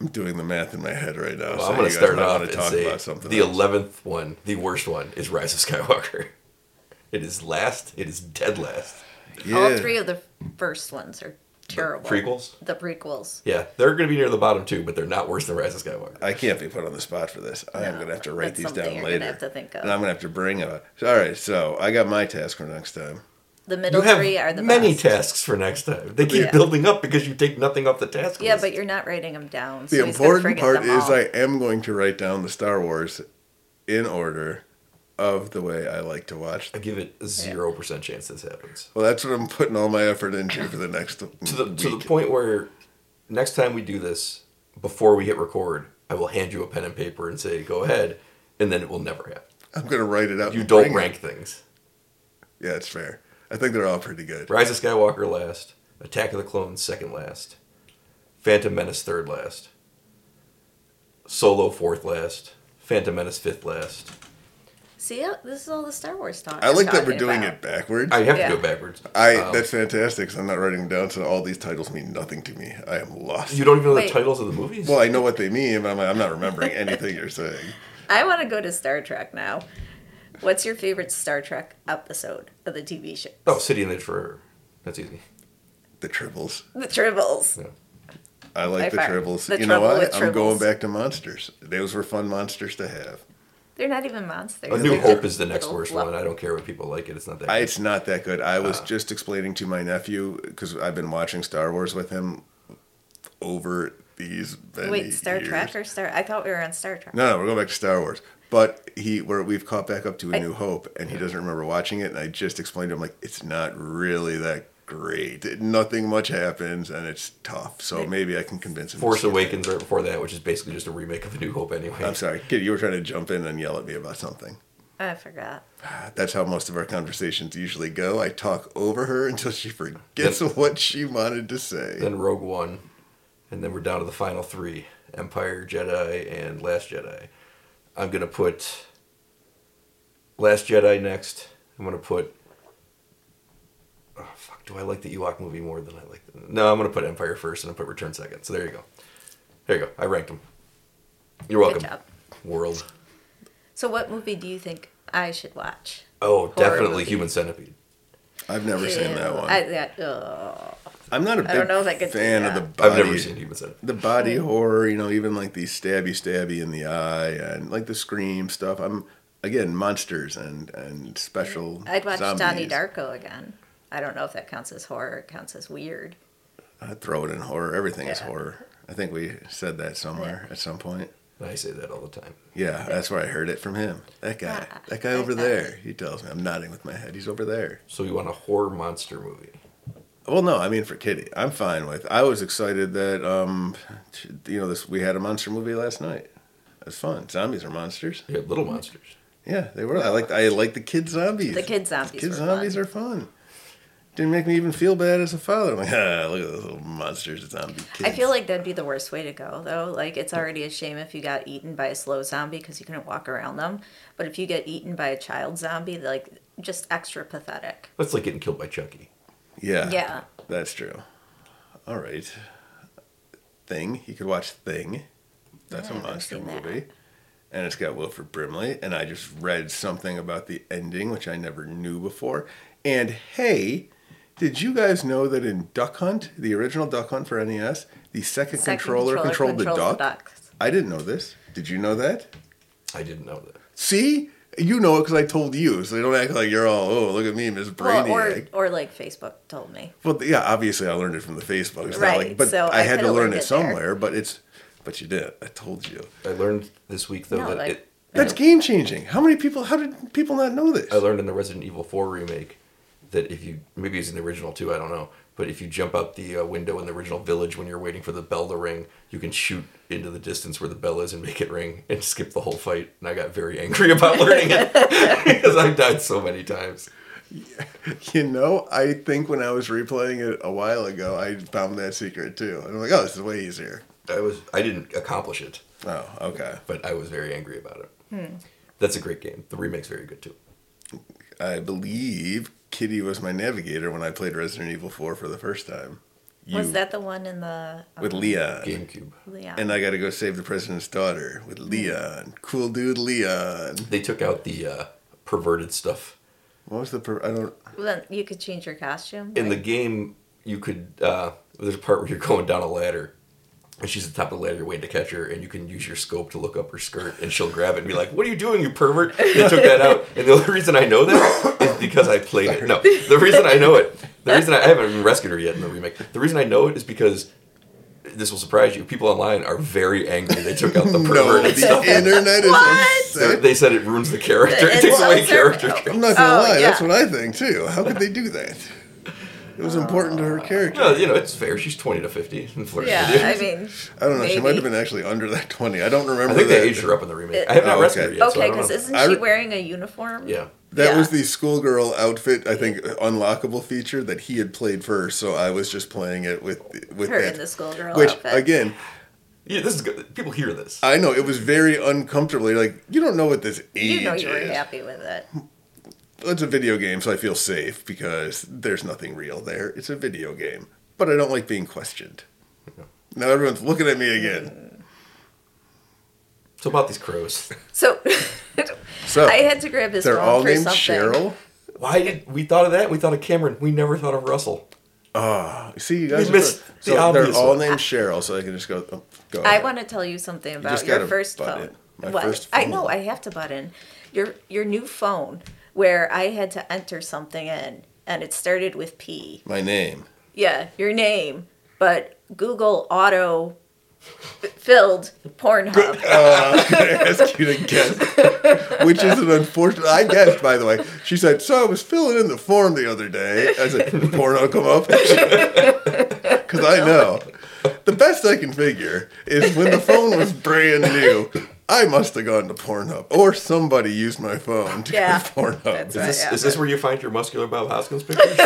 I'm doing the math in my head right now. Well, so I'm going to you guys start might off wanna and talk say about something. the else. eleventh one, the worst one, is Rise of Skywalker. It is last. It is dead last. All Yeah. three of the first ones are terrible. Prequels. The prequels. Yeah, they're going to be near the bottom too, but they're not worse than Rise of Skywalker. I can't be put on the spot for this. I am No, going to have to write that's these something down you're gonna later. have to think of. And I'm going to have to bring a. All right, so I got my task for next time. The You middle have three are the many best. tasks for next time. They keep Yeah. building up because you take nothing off the task Yeah, list. but you're not writing them down. So The he's gonna important forget part them is all. I am going to write down the Star Wars in order of the way I like to watch I them. give it a zero percent chance this happens. Well, that's what I'm putting all my effort into for the next To the week. to the point where next time we do this, before we hit record, I will hand you a pen and paper and say, "Go ahead," and then it will never happen. I'm going to write it out. You and don't bring it. rank things. Yeah, it's fair. I think they're all pretty good. Rise of Skywalker last, Attack of the Clones second last, Phantom Menace third last, Solo fourth last, Phantom Menace fifth last. See, uh, this is all the Star Wars talk. I I'm like that we're talking doing about. it backwards. I I, Oh. have Yeah. to go backwards. Um, that's fantastic. i I'm not writing them down, so all these titles mean nothing to me. I am lost. you don't even know the Wait. titles of the movies. well, I know what they mean, but I'm, I'm not remembering anything you're saying. I want to go to Star Trek now. What's your favorite Star Trek episode of the TV show? oh, City in the Forever. That's easy. The triples. The Tribbles. Yeah. I like By the far. triples. The you know trouble what? with I'm going tribbles. back to monsters. Those were fun monsters to have. They're not even monsters. A New They're Hope just is the next little worst lump- one. I don't care what people like it. It's not that. I, good. it's not that good. I was just explaining to my nephew because I've been watching Star Wars with him over these. Many Wait, Star years. Trek or Star? I thought we were on Star Trek. No, no, we're going back to Star Wars. But he, where we've caught back up to A New Hope, and he doesn't remember watching it. And I just explained to him like it's not really that great. It- nothing much happens, and it's tough. So maybe I can convince him. to Force see it. Awakens right before that, which is basically just a remake of A New Hope anyway. I'm sorry, kid. You were trying to jump in and yell at me about something. I forgot. That's how most of our conversations usually go. I talk over her until she forgets what she wanted to say. Then Rogue One, and then we're down to the final three: Empire, Jedi, and Last Jedi. I'm gonna put Last Jedi next. I'm gonna put. Oh fuck! Do I like the Ewok movie more than I like? The... No, I'm gonna put Empire first, and I'll put Return second. So there you go. There you go. I ranked them. You're welcome. Good job. World. So, what movie do you think I should watch? Oh, definitely movie. Human Centipede. I've never seen that one. I, I, that, ugh. am not a big I don't know if I could do fan of that. the I've body. never seen Human Centipede. the body horror. You know, even like the stabby stabby in the eye and like the scream stuff. I'm again monsters and and special. Mm. I'd watch zombies. Donnie Darko again. I don't know if that counts as horror. It counts as weird. I'd throw it in horror. Everything is Yeah. horror. I think we said that somewhere at some point. I say that all the time. Yeah, that's where I heard it from him. That guy. Ah, That guy over there. He tells me. I'm nodding with my head. He's over there. So you want a horror monster movie? Well, no, I mean for Kitty. I'm fine with. I was excited that um you know this we had a monster movie last night. It's fun. Zombies are monsters. Yeah, Little Monsters. Yeah, they were. I like I like the kid zombies. The kid zombies Kid were zombies fun. are fun. Didn't make me even feel bad as a father. I'm like, ah, look at those little monsters, zombie kids. I feel like that'd be the worst way to go, though. Like, it's already a shame if you got eaten by a slow zombie because you couldn't walk around them. But if you get eaten by a child zombie, like, just extra pathetic. That's like getting killed by Chucky. yeah, Yeah. that's true. All right, Thing. You could watch Thing. That's Yeah, a I've monster seen that. movie, and it's got Wilford Brimley. And I just read something about the ending, which I never knew before. And hey. Did you guys know that in Duck Hunt, the original Duck Hunt for NES, the second, Second controller, controlled the controls duck? ducks. I didn't know this. Did you know that? I didn't know that. See, you know it because I told you. So you don't act like you're all, oh, look at me, Miss Well, Brainiac. or, Well, or, like, Facebook told me. yeah, obviously I learned it from the Facebook. It's not Right, like, but so I I had to coulda learn learned it it there. somewhere. But it's, but you did. I told you. I learned this week though No, that like- it, That's game changing. How many people? How did people not know this? I learned in the Resident Evil 4 remake that if you maybe it's in the original too, I don't know, but if you jump out the uh, window in the original village when you're waiting for the bell to ring, you can shoot into the distance where the bell is and make it ring and skip the whole fight. And I got very angry about learning it because I've died so many times. You know, I think when I was replaying it a while ago, I found that secret too. And I'm like, oh, this is way easier. I was I didn't accomplish it, Oh, okay. but I was very angry about it. Hmm. That's a great game. The remake's very good too. I believe Kitty was my navigator when I played Resident Evil 4 for the first time. Was You- that the one in the. um, with Leon? GameCube. Leon. and I got to go save the president's daughter with Hmm. Leon. Cool dude, Leon. They took out the uh, perverted stuff What was the? Per- I don't. Well, then you could change your costume. in the like- game you could uh, there's a part where you're going down a ladder and she's at the top of the ladder you're waiting to catch her and you can use your scope to look up her skirt and she'll grab it and be like what are you doing you pervert they took that out and the only reason i know that is because i played it no the reason i know it the reason i, I haven't even rescued her yet in the remake the reason i know it is because this will surprise you people online are very angry they took out the No, pervert the and stuff internet is What? upset. they said it ruins the character it It's takes away unfair. character I'm not gonna Oh, lie. That's yeah. what I think too. How could they do that? It was important Oh. to her character. no, you know it's fair she's 20 to 50 and flirting Yeah, with you. I mean. I don't know. She might maybe. have been actually under that twenty. I don't remember I think that. they aged her up in the remake. I have not Oh, rescued okay. her yet. so I okay, don't because know. isn't I she re- wearing a uniform? Yeah. That Yeah. was the schoolgirl outfit. I think unlockable feature that he had played first. So I was just playing it with with Her that. in the schoolgirl which outfit. again, Yeah, this is good. People hear this. I know it was very uncomfortable. You're like, you don't know what this age you know you were is. happy with it. it's a video game, so I feel safe because there's nothing real there. It's a video game, but I don't like being questioned. Now everyone's looking at me again. Uh, so about these crows. So, So I had to grab his they're phone all for named something. Cheryl. Why did we thought of that? We thought of Cameron. We never thought of Russell. Oh, see, you guys. are missed good. the so obvious they're all one. named Cheryl, so I can just go. Oh, go I ahead. want to tell you something about just your gotta first butt phone. in. My What? first I phone. know I have to butt in your your new phone where I had to enter something in and it started with P. my name. Yeah, your name, but Google auto filled Pornhub. uh, ask you to guess, which is an unfortunate. I guessed, by the way. She said, "So I was filling in the form the other day." I said, "Porno come up," because I know. The best I can figure is when the phone was brand new. I must have gone to Pornhub, or somebody used my phone to Yeah, go to Pornhub. that's Is Right, this yeah. is this where you find your muscular Bob Hoskins pictures?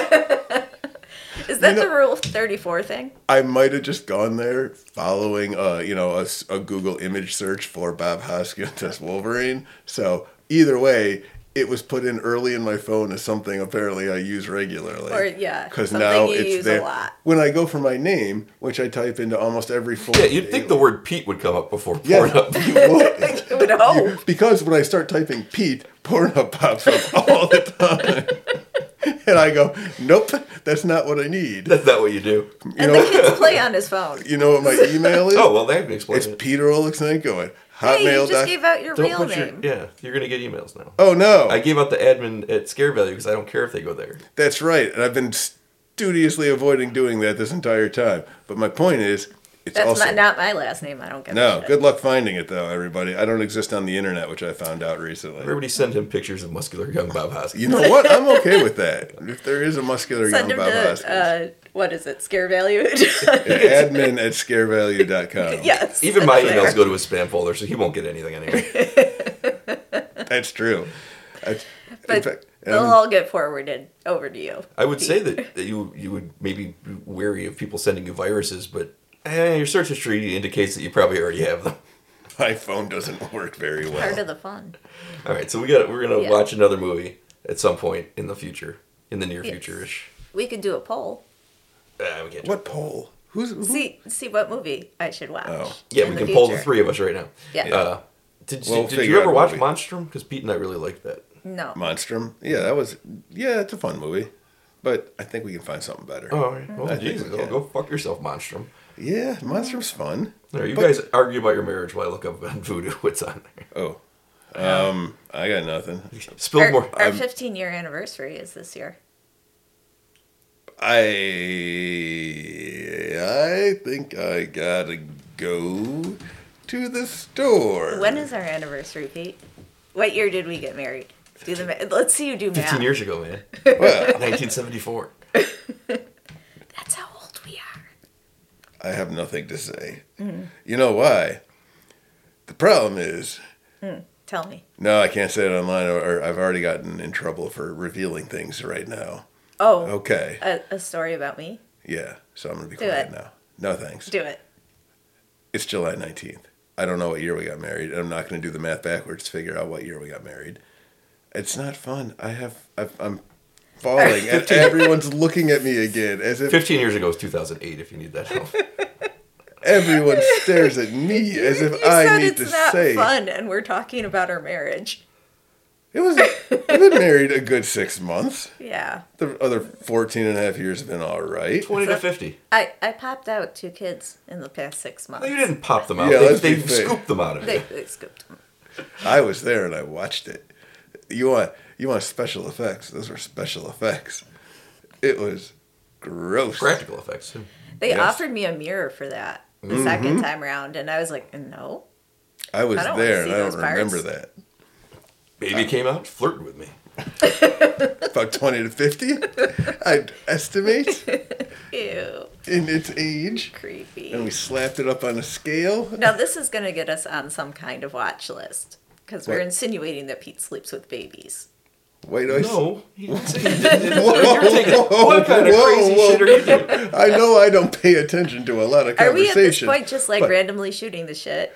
Is that you know- the Rule Thirty Four thing? I might have just gone there following, uh, you know, a, s- a Google image search for Bob Hoskins as Wolverine. So either way, it was put in early in my phone as something apparently I use regularly. Or, yeah, because something now you it's use a there. lot. When I go for my name, which I type into almost every form. yeah, you'd think the word Pete would come up before Yeah. Pornhub. You would. You would hope. because when I start typing Pete, Pornhub pops up all the time. and I go, nope, that's not what I need. That's not what you do. You and know, the kids play on his phone. you know what my email is? Oh well, that can explain It's it. Peter Oleksandko at Hey, you hotmail. just gave out your real put name. Your, yeah, you're gonna get emails now. oh no, I gave out the admin at Scare Value because I don't care if they go there. that's right. And I've been studiously avoiding doing that this entire time. But my point is, It's That's also my, not my last name. I don't get no. that. Good luck finding it though, everybody. I don't exist on the internet, which I found out recently. Everybody send him pictures of muscular young Bob Hoskins. You know what? I'm okay with that. If there is a muscular Send young him Bob Hoskins, to uh, what is it? Scare value. yeah, admin at scarevalue.com. yes. Even my that's emails there. go to his spam folder, so he won't get anything anyway. that's true. That's, in But fact, They'll um, all get forwarded over to you. I would say that, that you you would maybe be wary of people sending you viruses, but eh, your search history indicates that you probably already have them. my phone doesn't work very well. Part of the fun. All right, so we got we're gonna Yeah. watch another movie at some point in the future, in the near Yes. future ish. We could do a poll. Uh, we can't. do it. What poll? Who's who? See see what movie I should watch. Oh. Yeah, in we can poll the future. three of us right now. Yeah. Uh, did We'll did, did figure you ever out a watch movie. Monstrum? Because Pete and I really liked that. No. Monstrum? Yeah, that was yeah. It's a fun movie, but I think we can find something better. Oh, all Mm-hmm. right. Well, I think Jesus, we oh, can. go fuck yourself, Monstrum. Yeah, Monstrum's fun. There, you But- guys argue about your marriage while I look up on Voodoo what's on there. Oh, um, I got nothing. Spill our, more. our I'm- 15 year anniversary is this year. I I think I gotta go to the store. When is our anniversary, Pete? What year did we get married? Do the ma- let's see you do math. 15 years ago, man. Well, 1974. That's how old we are. I have nothing to say. You know why? The problem is. Tell me. No, I can't say it online, or, or I've already gotten in trouble for revealing things right now. Oh, Okay. a, a story about me. Yeah, so I'm gonna be Do quiet it. now. No thanks. Do it. It's July 19th. I don't know what year we got married, and I'm not gonna do the math backwards to figure out what year we got married. It's not fun. I have I've, I'm falling, and everyone's looking at me again as if 15 years ago was 2008, if you need that help. everyone stares at me as if you I said need it's to not say fun, and we're talking about our marriage. it was. I've been married a good six months. Yeah, The other 14 and a half years have been all right. 20 to 50. I I popped out two kids in the past six months. Well, you didn't pop them out. Yeah, let's they be they fair. scooped them out of They, you. they scooped them. I was there and I watched it. You want you want special effects? Those were special effects. It was gross. Practical effects. too. They Yes. Mm-hmm. offered me a mirror for that the second time around, and I was like, no. I was I don't wanna there see and I don't those parts. remember that. Baby Uh, came out flirting with me. About twenty to fifty, I'd estimate Ew, in its age, creepy. and we slapped it up on a scale. Now this is going to get us on some kind of watch list because we're What? insinuating that Pete sleeps with babies. Wait, I No. He didn't say Whoa, whoa, What kind of whoa, crazy whoa. shit are you doing? I know I don't pay attention to a lot of Are we at conversation. this point just like but randomly shooting the shit?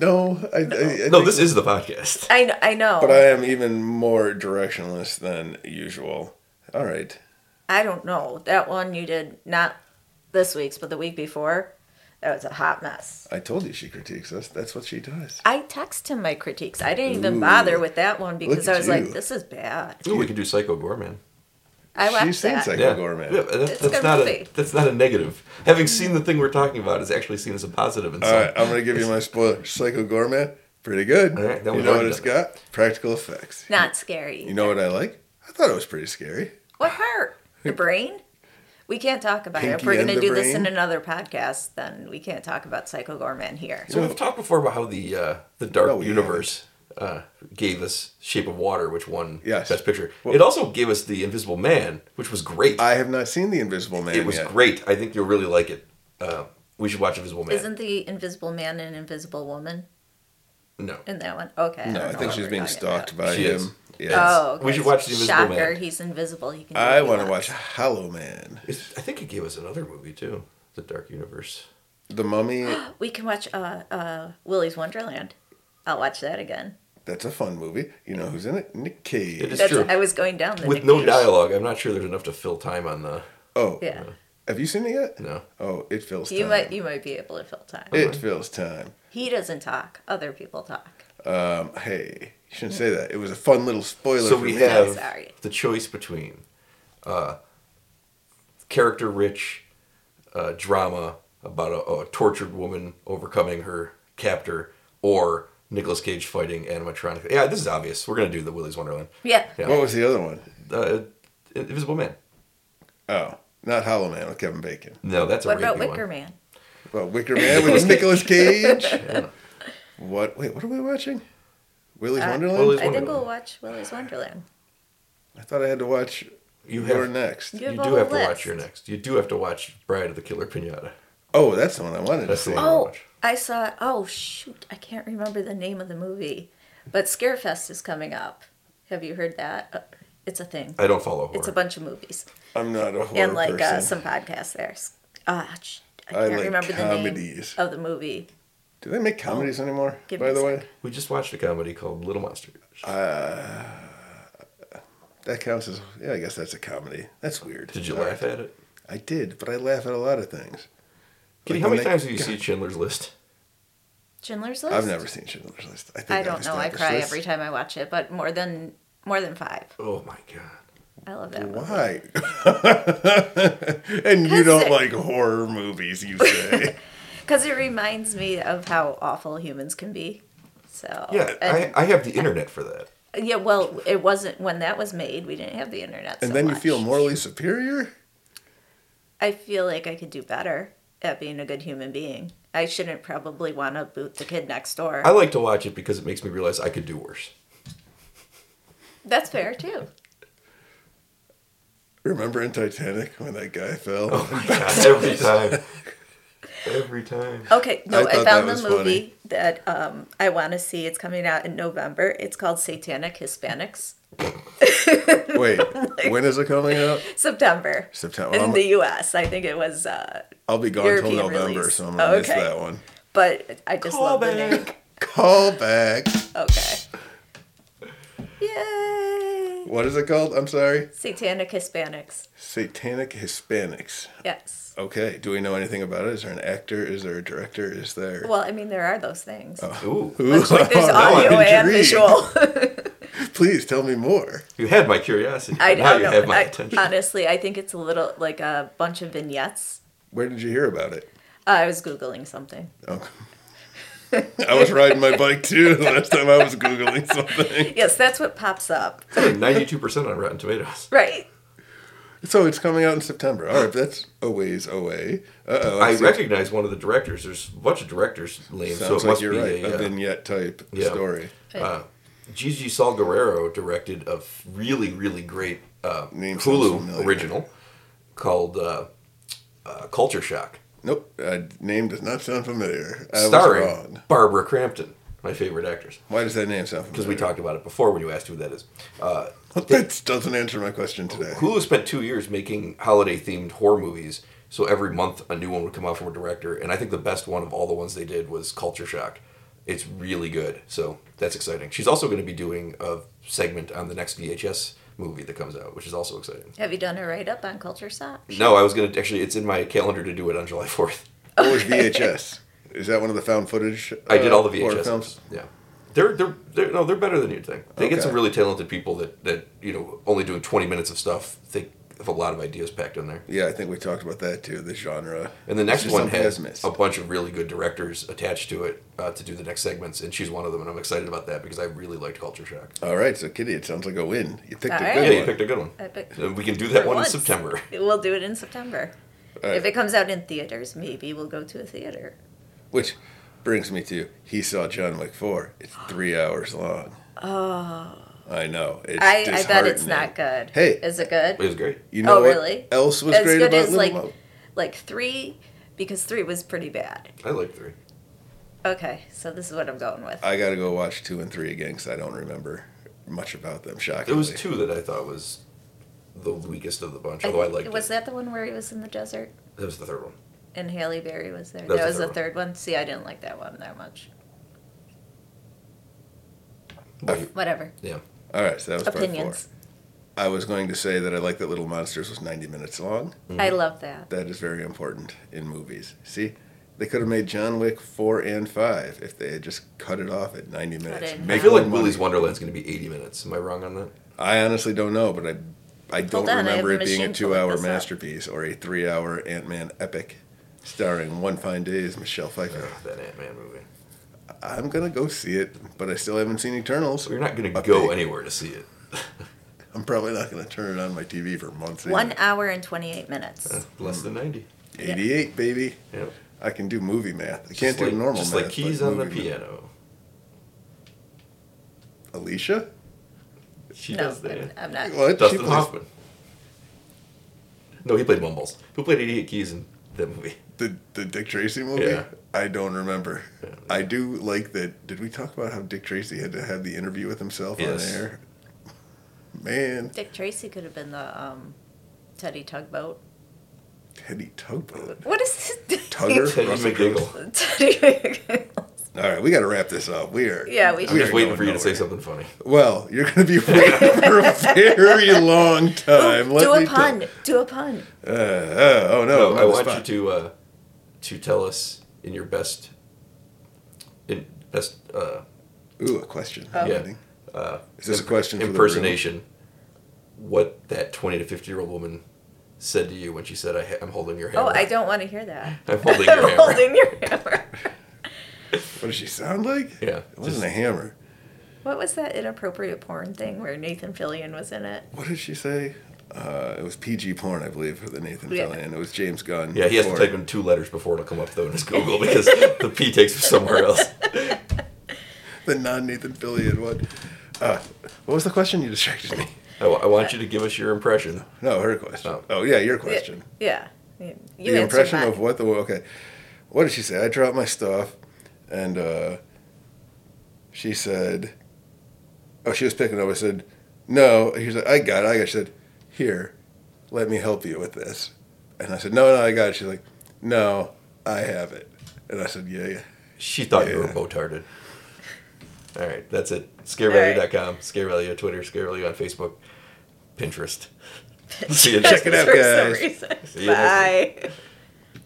No, I, I, I No, think- this is the podcast. I kn- I know. But I am even more directionless than usual. All right. I don't know. That one you did not this week's, but the week before, that was a hot mess. I told you she critiques us. That's what she does. I text him my critiques. I didn't even Ooh. bother with that one because at I was you. like, this is bad. Ooh, we could do Psycho Gorman. I She's watched seen that. Psycho. Yeah, Gorman. yeah but that- It's a that's good not a movie. that's not a negative. Having seen the thing we're talking about is actually seen as a positive in some. All right, I'm going to give you my spoiler. Psycho Gourmet, pretty good. All right, then you we've know what already it's done got? Practical effects. Not scary. You know what I like? I thought it was pretty scary. What part? The brain? We can't talk about it. If Pinky we're going and the to do this in brain? another podcast, then we can't talk about Psycho Gorman here. So we've talked before about how the uh, the Dark No, we Universe uh, gave us Shape of Water, which won Yes. Best Picture. Well- it also gave us The Invisible Man, which was great. I have not seen The Invisible Man it was yet. great. I think you'll really like it. Uh, we should watch Invisible Man. Isn't the Invisible Man an Invisible Woman no, in that one? Okay. No, I think she's being stalked by She him. is. Yeah. Oh, okay. We should watch The Invisible Shocker, Man. he's invisible. He can. do what I he want to watch wants. Hollow Man. It's- I think it gave us another movie too, The Dark Universe. The Mummy, We can watch uh, uh, Willy's Wonderland. I'll watch that again. that's a fun movie. You know who's in it? Nick Cage. It is- That's true. I was going down the With Nick no Cage. dialogue, I'm not sure there's enough to fill time on the. Oh, Yeah, have you seen it yet? No, Oh, it fills you time. might you might be able to fill time. it fills time. he doesn't talk. Other people talk. Um, hey, you shouldn't say that. It was a fun little spoiler. so for we me. have sorry. the choice between uh, character rich uh, drama about a, a tortured woman overcoming her captor or Nicolas Cage fighting animatronic. Yeah, this is obvious. We're going to do the Willy's Wonderland. Yeah. Yeah. What was the other one? Uh, Invisible Man. Oh, not Hollow Man with Kevin Bacon. No, that's a What about rapey Wicker one. Man? Well, Wicker Man with Nicolas Cage. What? Wait, what are we watching? Willy's Uh, Wonderland. Willy's- I think Wonderland. we'll watch Willy's Wonderland. I thought I had to watch. You your have- next. You You have do a whole have to watch list. your next. You do have to watch Bride of the Killer Pinata. Oh, that's the one I wanted to That's the see. one. Oh, watch. I saw. Oh shoot, I can't remember the name of the movie, but Scarefest is coming up. Have you heard that? Uh, It's a thing. I don't follow horror. It's a bunch of movies I'm not a horror and like person. uh, some podcasts there. Ah, sh- I I can't like remember comedies. the name of the movie. Do they make comedies anymore? Oh, Give me by a the way, sec. we just watched a comedy called Little Monsters. that counts as. Yeah, I guess that's a comedy. That's weird. Did you All laugh right. at it? I did, but I laugh at a lot of things. Kitty, Like how when many they- times have you seen Schindler's List? Schindler's List. I've never seen Schindler's List. I, think I I've don't know. I established cry this. every time I watch it, but more than more than five. Oh my god. I love that. movie. Why? and you 'Cause don't it- like horror movies, you say? Because it reminds me of how awful humans can be. So Yeah, I, Oh, and- I have the internet for that. yeah. Well, it wasn't when that was made. We didn't have the internet. and so then you much. feel morally superior? I feel like I could do better at being a good human being. I shouldn't probably want to boot the kid next door. I like to watch it because it makes me realize I could do worse. That's fair too. Remember in Titanic when that guy fell? Oh my god, every time. Every time. Okay, no, I I, thought found that the was movie that um, I want to see. It's coming out in November. It's called Satanic Hispanics. Wait, when is it coming out? September. September. In I'm- the U.S. I think it was, uh, I'll be gone till European November, release. so I'm gonna miss Okay. that one. but I just love the name. Callback. Call back. Okay. Yay! What is it called? I'm sorry. Satanic Hispanics. Satanic Hispanics. Yes. Okay. Do we know anything about it? Is there an actor? Is there a director? Is there? Well, I mean, there are those things. Ooh. Ooh, Like, there's I'm audio and intrigued. visual. Please tell me more. You had my curiosity. I, I now don't you have know. my I- attention. honestly, I think it's a little like a bunch of vignettes. Where did you hear about it? Uh, I was Googling something. Oh. I was riding my bike too the last time I was googling something. Yes, that's what pops up. It's like 92% on Rotten Tomatoes. Right. So it's coming out in September. All right, that's a ways away. Uh oh. I recognize one of the directors. There's a bunch of directors names, so Sounds it like must you're be right. a, A uh, vignette type Yeah. story. Uh, Gigi Sal Guerrero directed a f- really, really great uh, Name sounds Hulu familiar. original called uh, uh, Culture Shock, Nope. Uh, name does not sound familiar. I was starring wrong. Barbara Crampton, my favorite actress. Why does that name sound familiar? Because we talked about it before when you asked who that is. Uh, That doesn't answer my question today. Hulu spent two years making holiday themed horror movies, so every month a new one would come out from a director, and I think the best one of all the ones they did was Culture Shock. It's really good, so that's exciting. She's also going to be doing a segment on the next VHS movie that comes out, which is also exciting. Have you done a write up on Culture Shock? No, I was going to actually, it's in my calendar to do it on July 4th. What was VHS? Is that one of the found footage? I did uh, all the horror VHS. Yeah. They're, they're, they're, no, they're better than you'd think. They get Okay. some really talented people that, that, you know, only doing 20 minutes of stuff. They have a lot of ideas packed in there. Yeah, I think we talked about that too. The genre. And the It's next just one something has that's missed. a bunch of really good directors attached to it uh, to do the next segments, and she's one of them, and I'm excited about that because I really liked Culture Shock. All right, so Kitty, it sounds like a win. You picked All a right. good Yeah, you one. picked a good one. I picked- Uh, we can do that For one once. in September. Uh, We'll do it in September. If it comes out in theaters, maybe we'll go to a theater. Which brings me to he saw John Wick four. It's three hours long. Oh. I know. It's I, I bet it's disheartening. not good. Hey. Is it good? It was great. You know Oh, what really? else was As great good about as, Little like- Mo- Like three, because three was pretty bad. I liked three. Okay, so this is what I'm going with. I gotta go watch two and three again because I don't remember much about them. Shockingly, There was two that I thought was the weakest of the bunch, although oh, I, think- liked was it. that the one where he was in the desert That was the third one. and Haley Berry was there? That was That the was the third third one. See, I didn't like that one that much. Wait, Whatever. yeah. All right, so that was part Opinions. four. I was going to say that I like that Little Monsters was ninety minutes long. Mm-hmm. I love that. That is very important in movies. See, they could have made John Wick four and five if they had just cut it off at ninety minutes. in I Make feel like more money. Willy's Wonderland's going to be 80 minutes. Am I wrong on that? I honestly don't know, but I I don't on, I have remember a it being a machine to look two-hour this up. masterpiece or a three-hour Ant-Man epic, starring One Fine Day as Michelle Pfeiffer. Ugh, that Ant Man movie. I'm gonna go see it, but I still haven't seen Eternals. You're not going to A go big- anywhere to see it. I'm probably not gonna turn it on my TV for months. One either. hour and 28 minutes. Less than 90. 88, baby. Yep. I can do movie math. I Just can't do like- normal Just math. like but keys on the movie math. piano. Alicia? She no, does I'm, that. I'm not. What? Dustin She plays- Hoffman. No, he played Mumbles. Who played 88 Keys in that movie? The, the Dick Tracy movie? Yeah. I don't remember. I do like that. Did we talk about how Dick Tracy had to have the interview with himself Yes. on air? Man, Dick Tracy could have been the um, Teddy Tugboat. Teddy Tugboat. What is this? Tugger? Teddy Russell McGiggle. Teddy McGill. All right, we got to wrap this up. We are. Yeah, we we should. I'm are just waiting going for you to say nowhere. something funny. Well, you're going to be waiting for a very long Oh, time. Let Do me a tell- pun. Do a pun. Uh, uh, oh no! No, I'm on I the want spot. you to uh, to tell us in your best in best uh, Ooh, a question. Oh. yeah, uh, Is this a question for the room? impersonation? What that twenty to fifty year old woman said to you when she said, I ha- "I'm holding your Oh, hammer." I don't want to hear that. I'm holding your hammer. holding your hammer. What does she sound like? Yeah, It wasn't just- a hammer. What was that inappropriate porn thing where Nathan Fillion was in it? What did she say? Uh, it was PG porn, I believe, for the Nathan Yeah. Fillion. It was James Gunn. Yeah, he has to for- type in two letters before it'll come up though in his Google because the P takes him somewhere else. the non Nathan Fillion one. Uh, what was the question? You distracted me. I, wa- I want you to give us your impression. No, her question. Oh. Oh, yeah, your question. Yeah. You the answered impression mine. of what the okay. What did she say? I dropped my stuff, and uh, she said, "Oh, she was picking up." I said, "No." He was like, "I got it. I got." It. She said, "Here, let me help you with this." And I said, "No, no, I got it." She's like, "No, I have it." And I said, "Yeah, yeah." She thought you were Yeah. botarded. All right, that's it. Scarevalue.com, Scarevalue on Twitter, Scarevalue on Facebook, Pinterest. See you. Check it out, For some guys. reason. See you next Bye.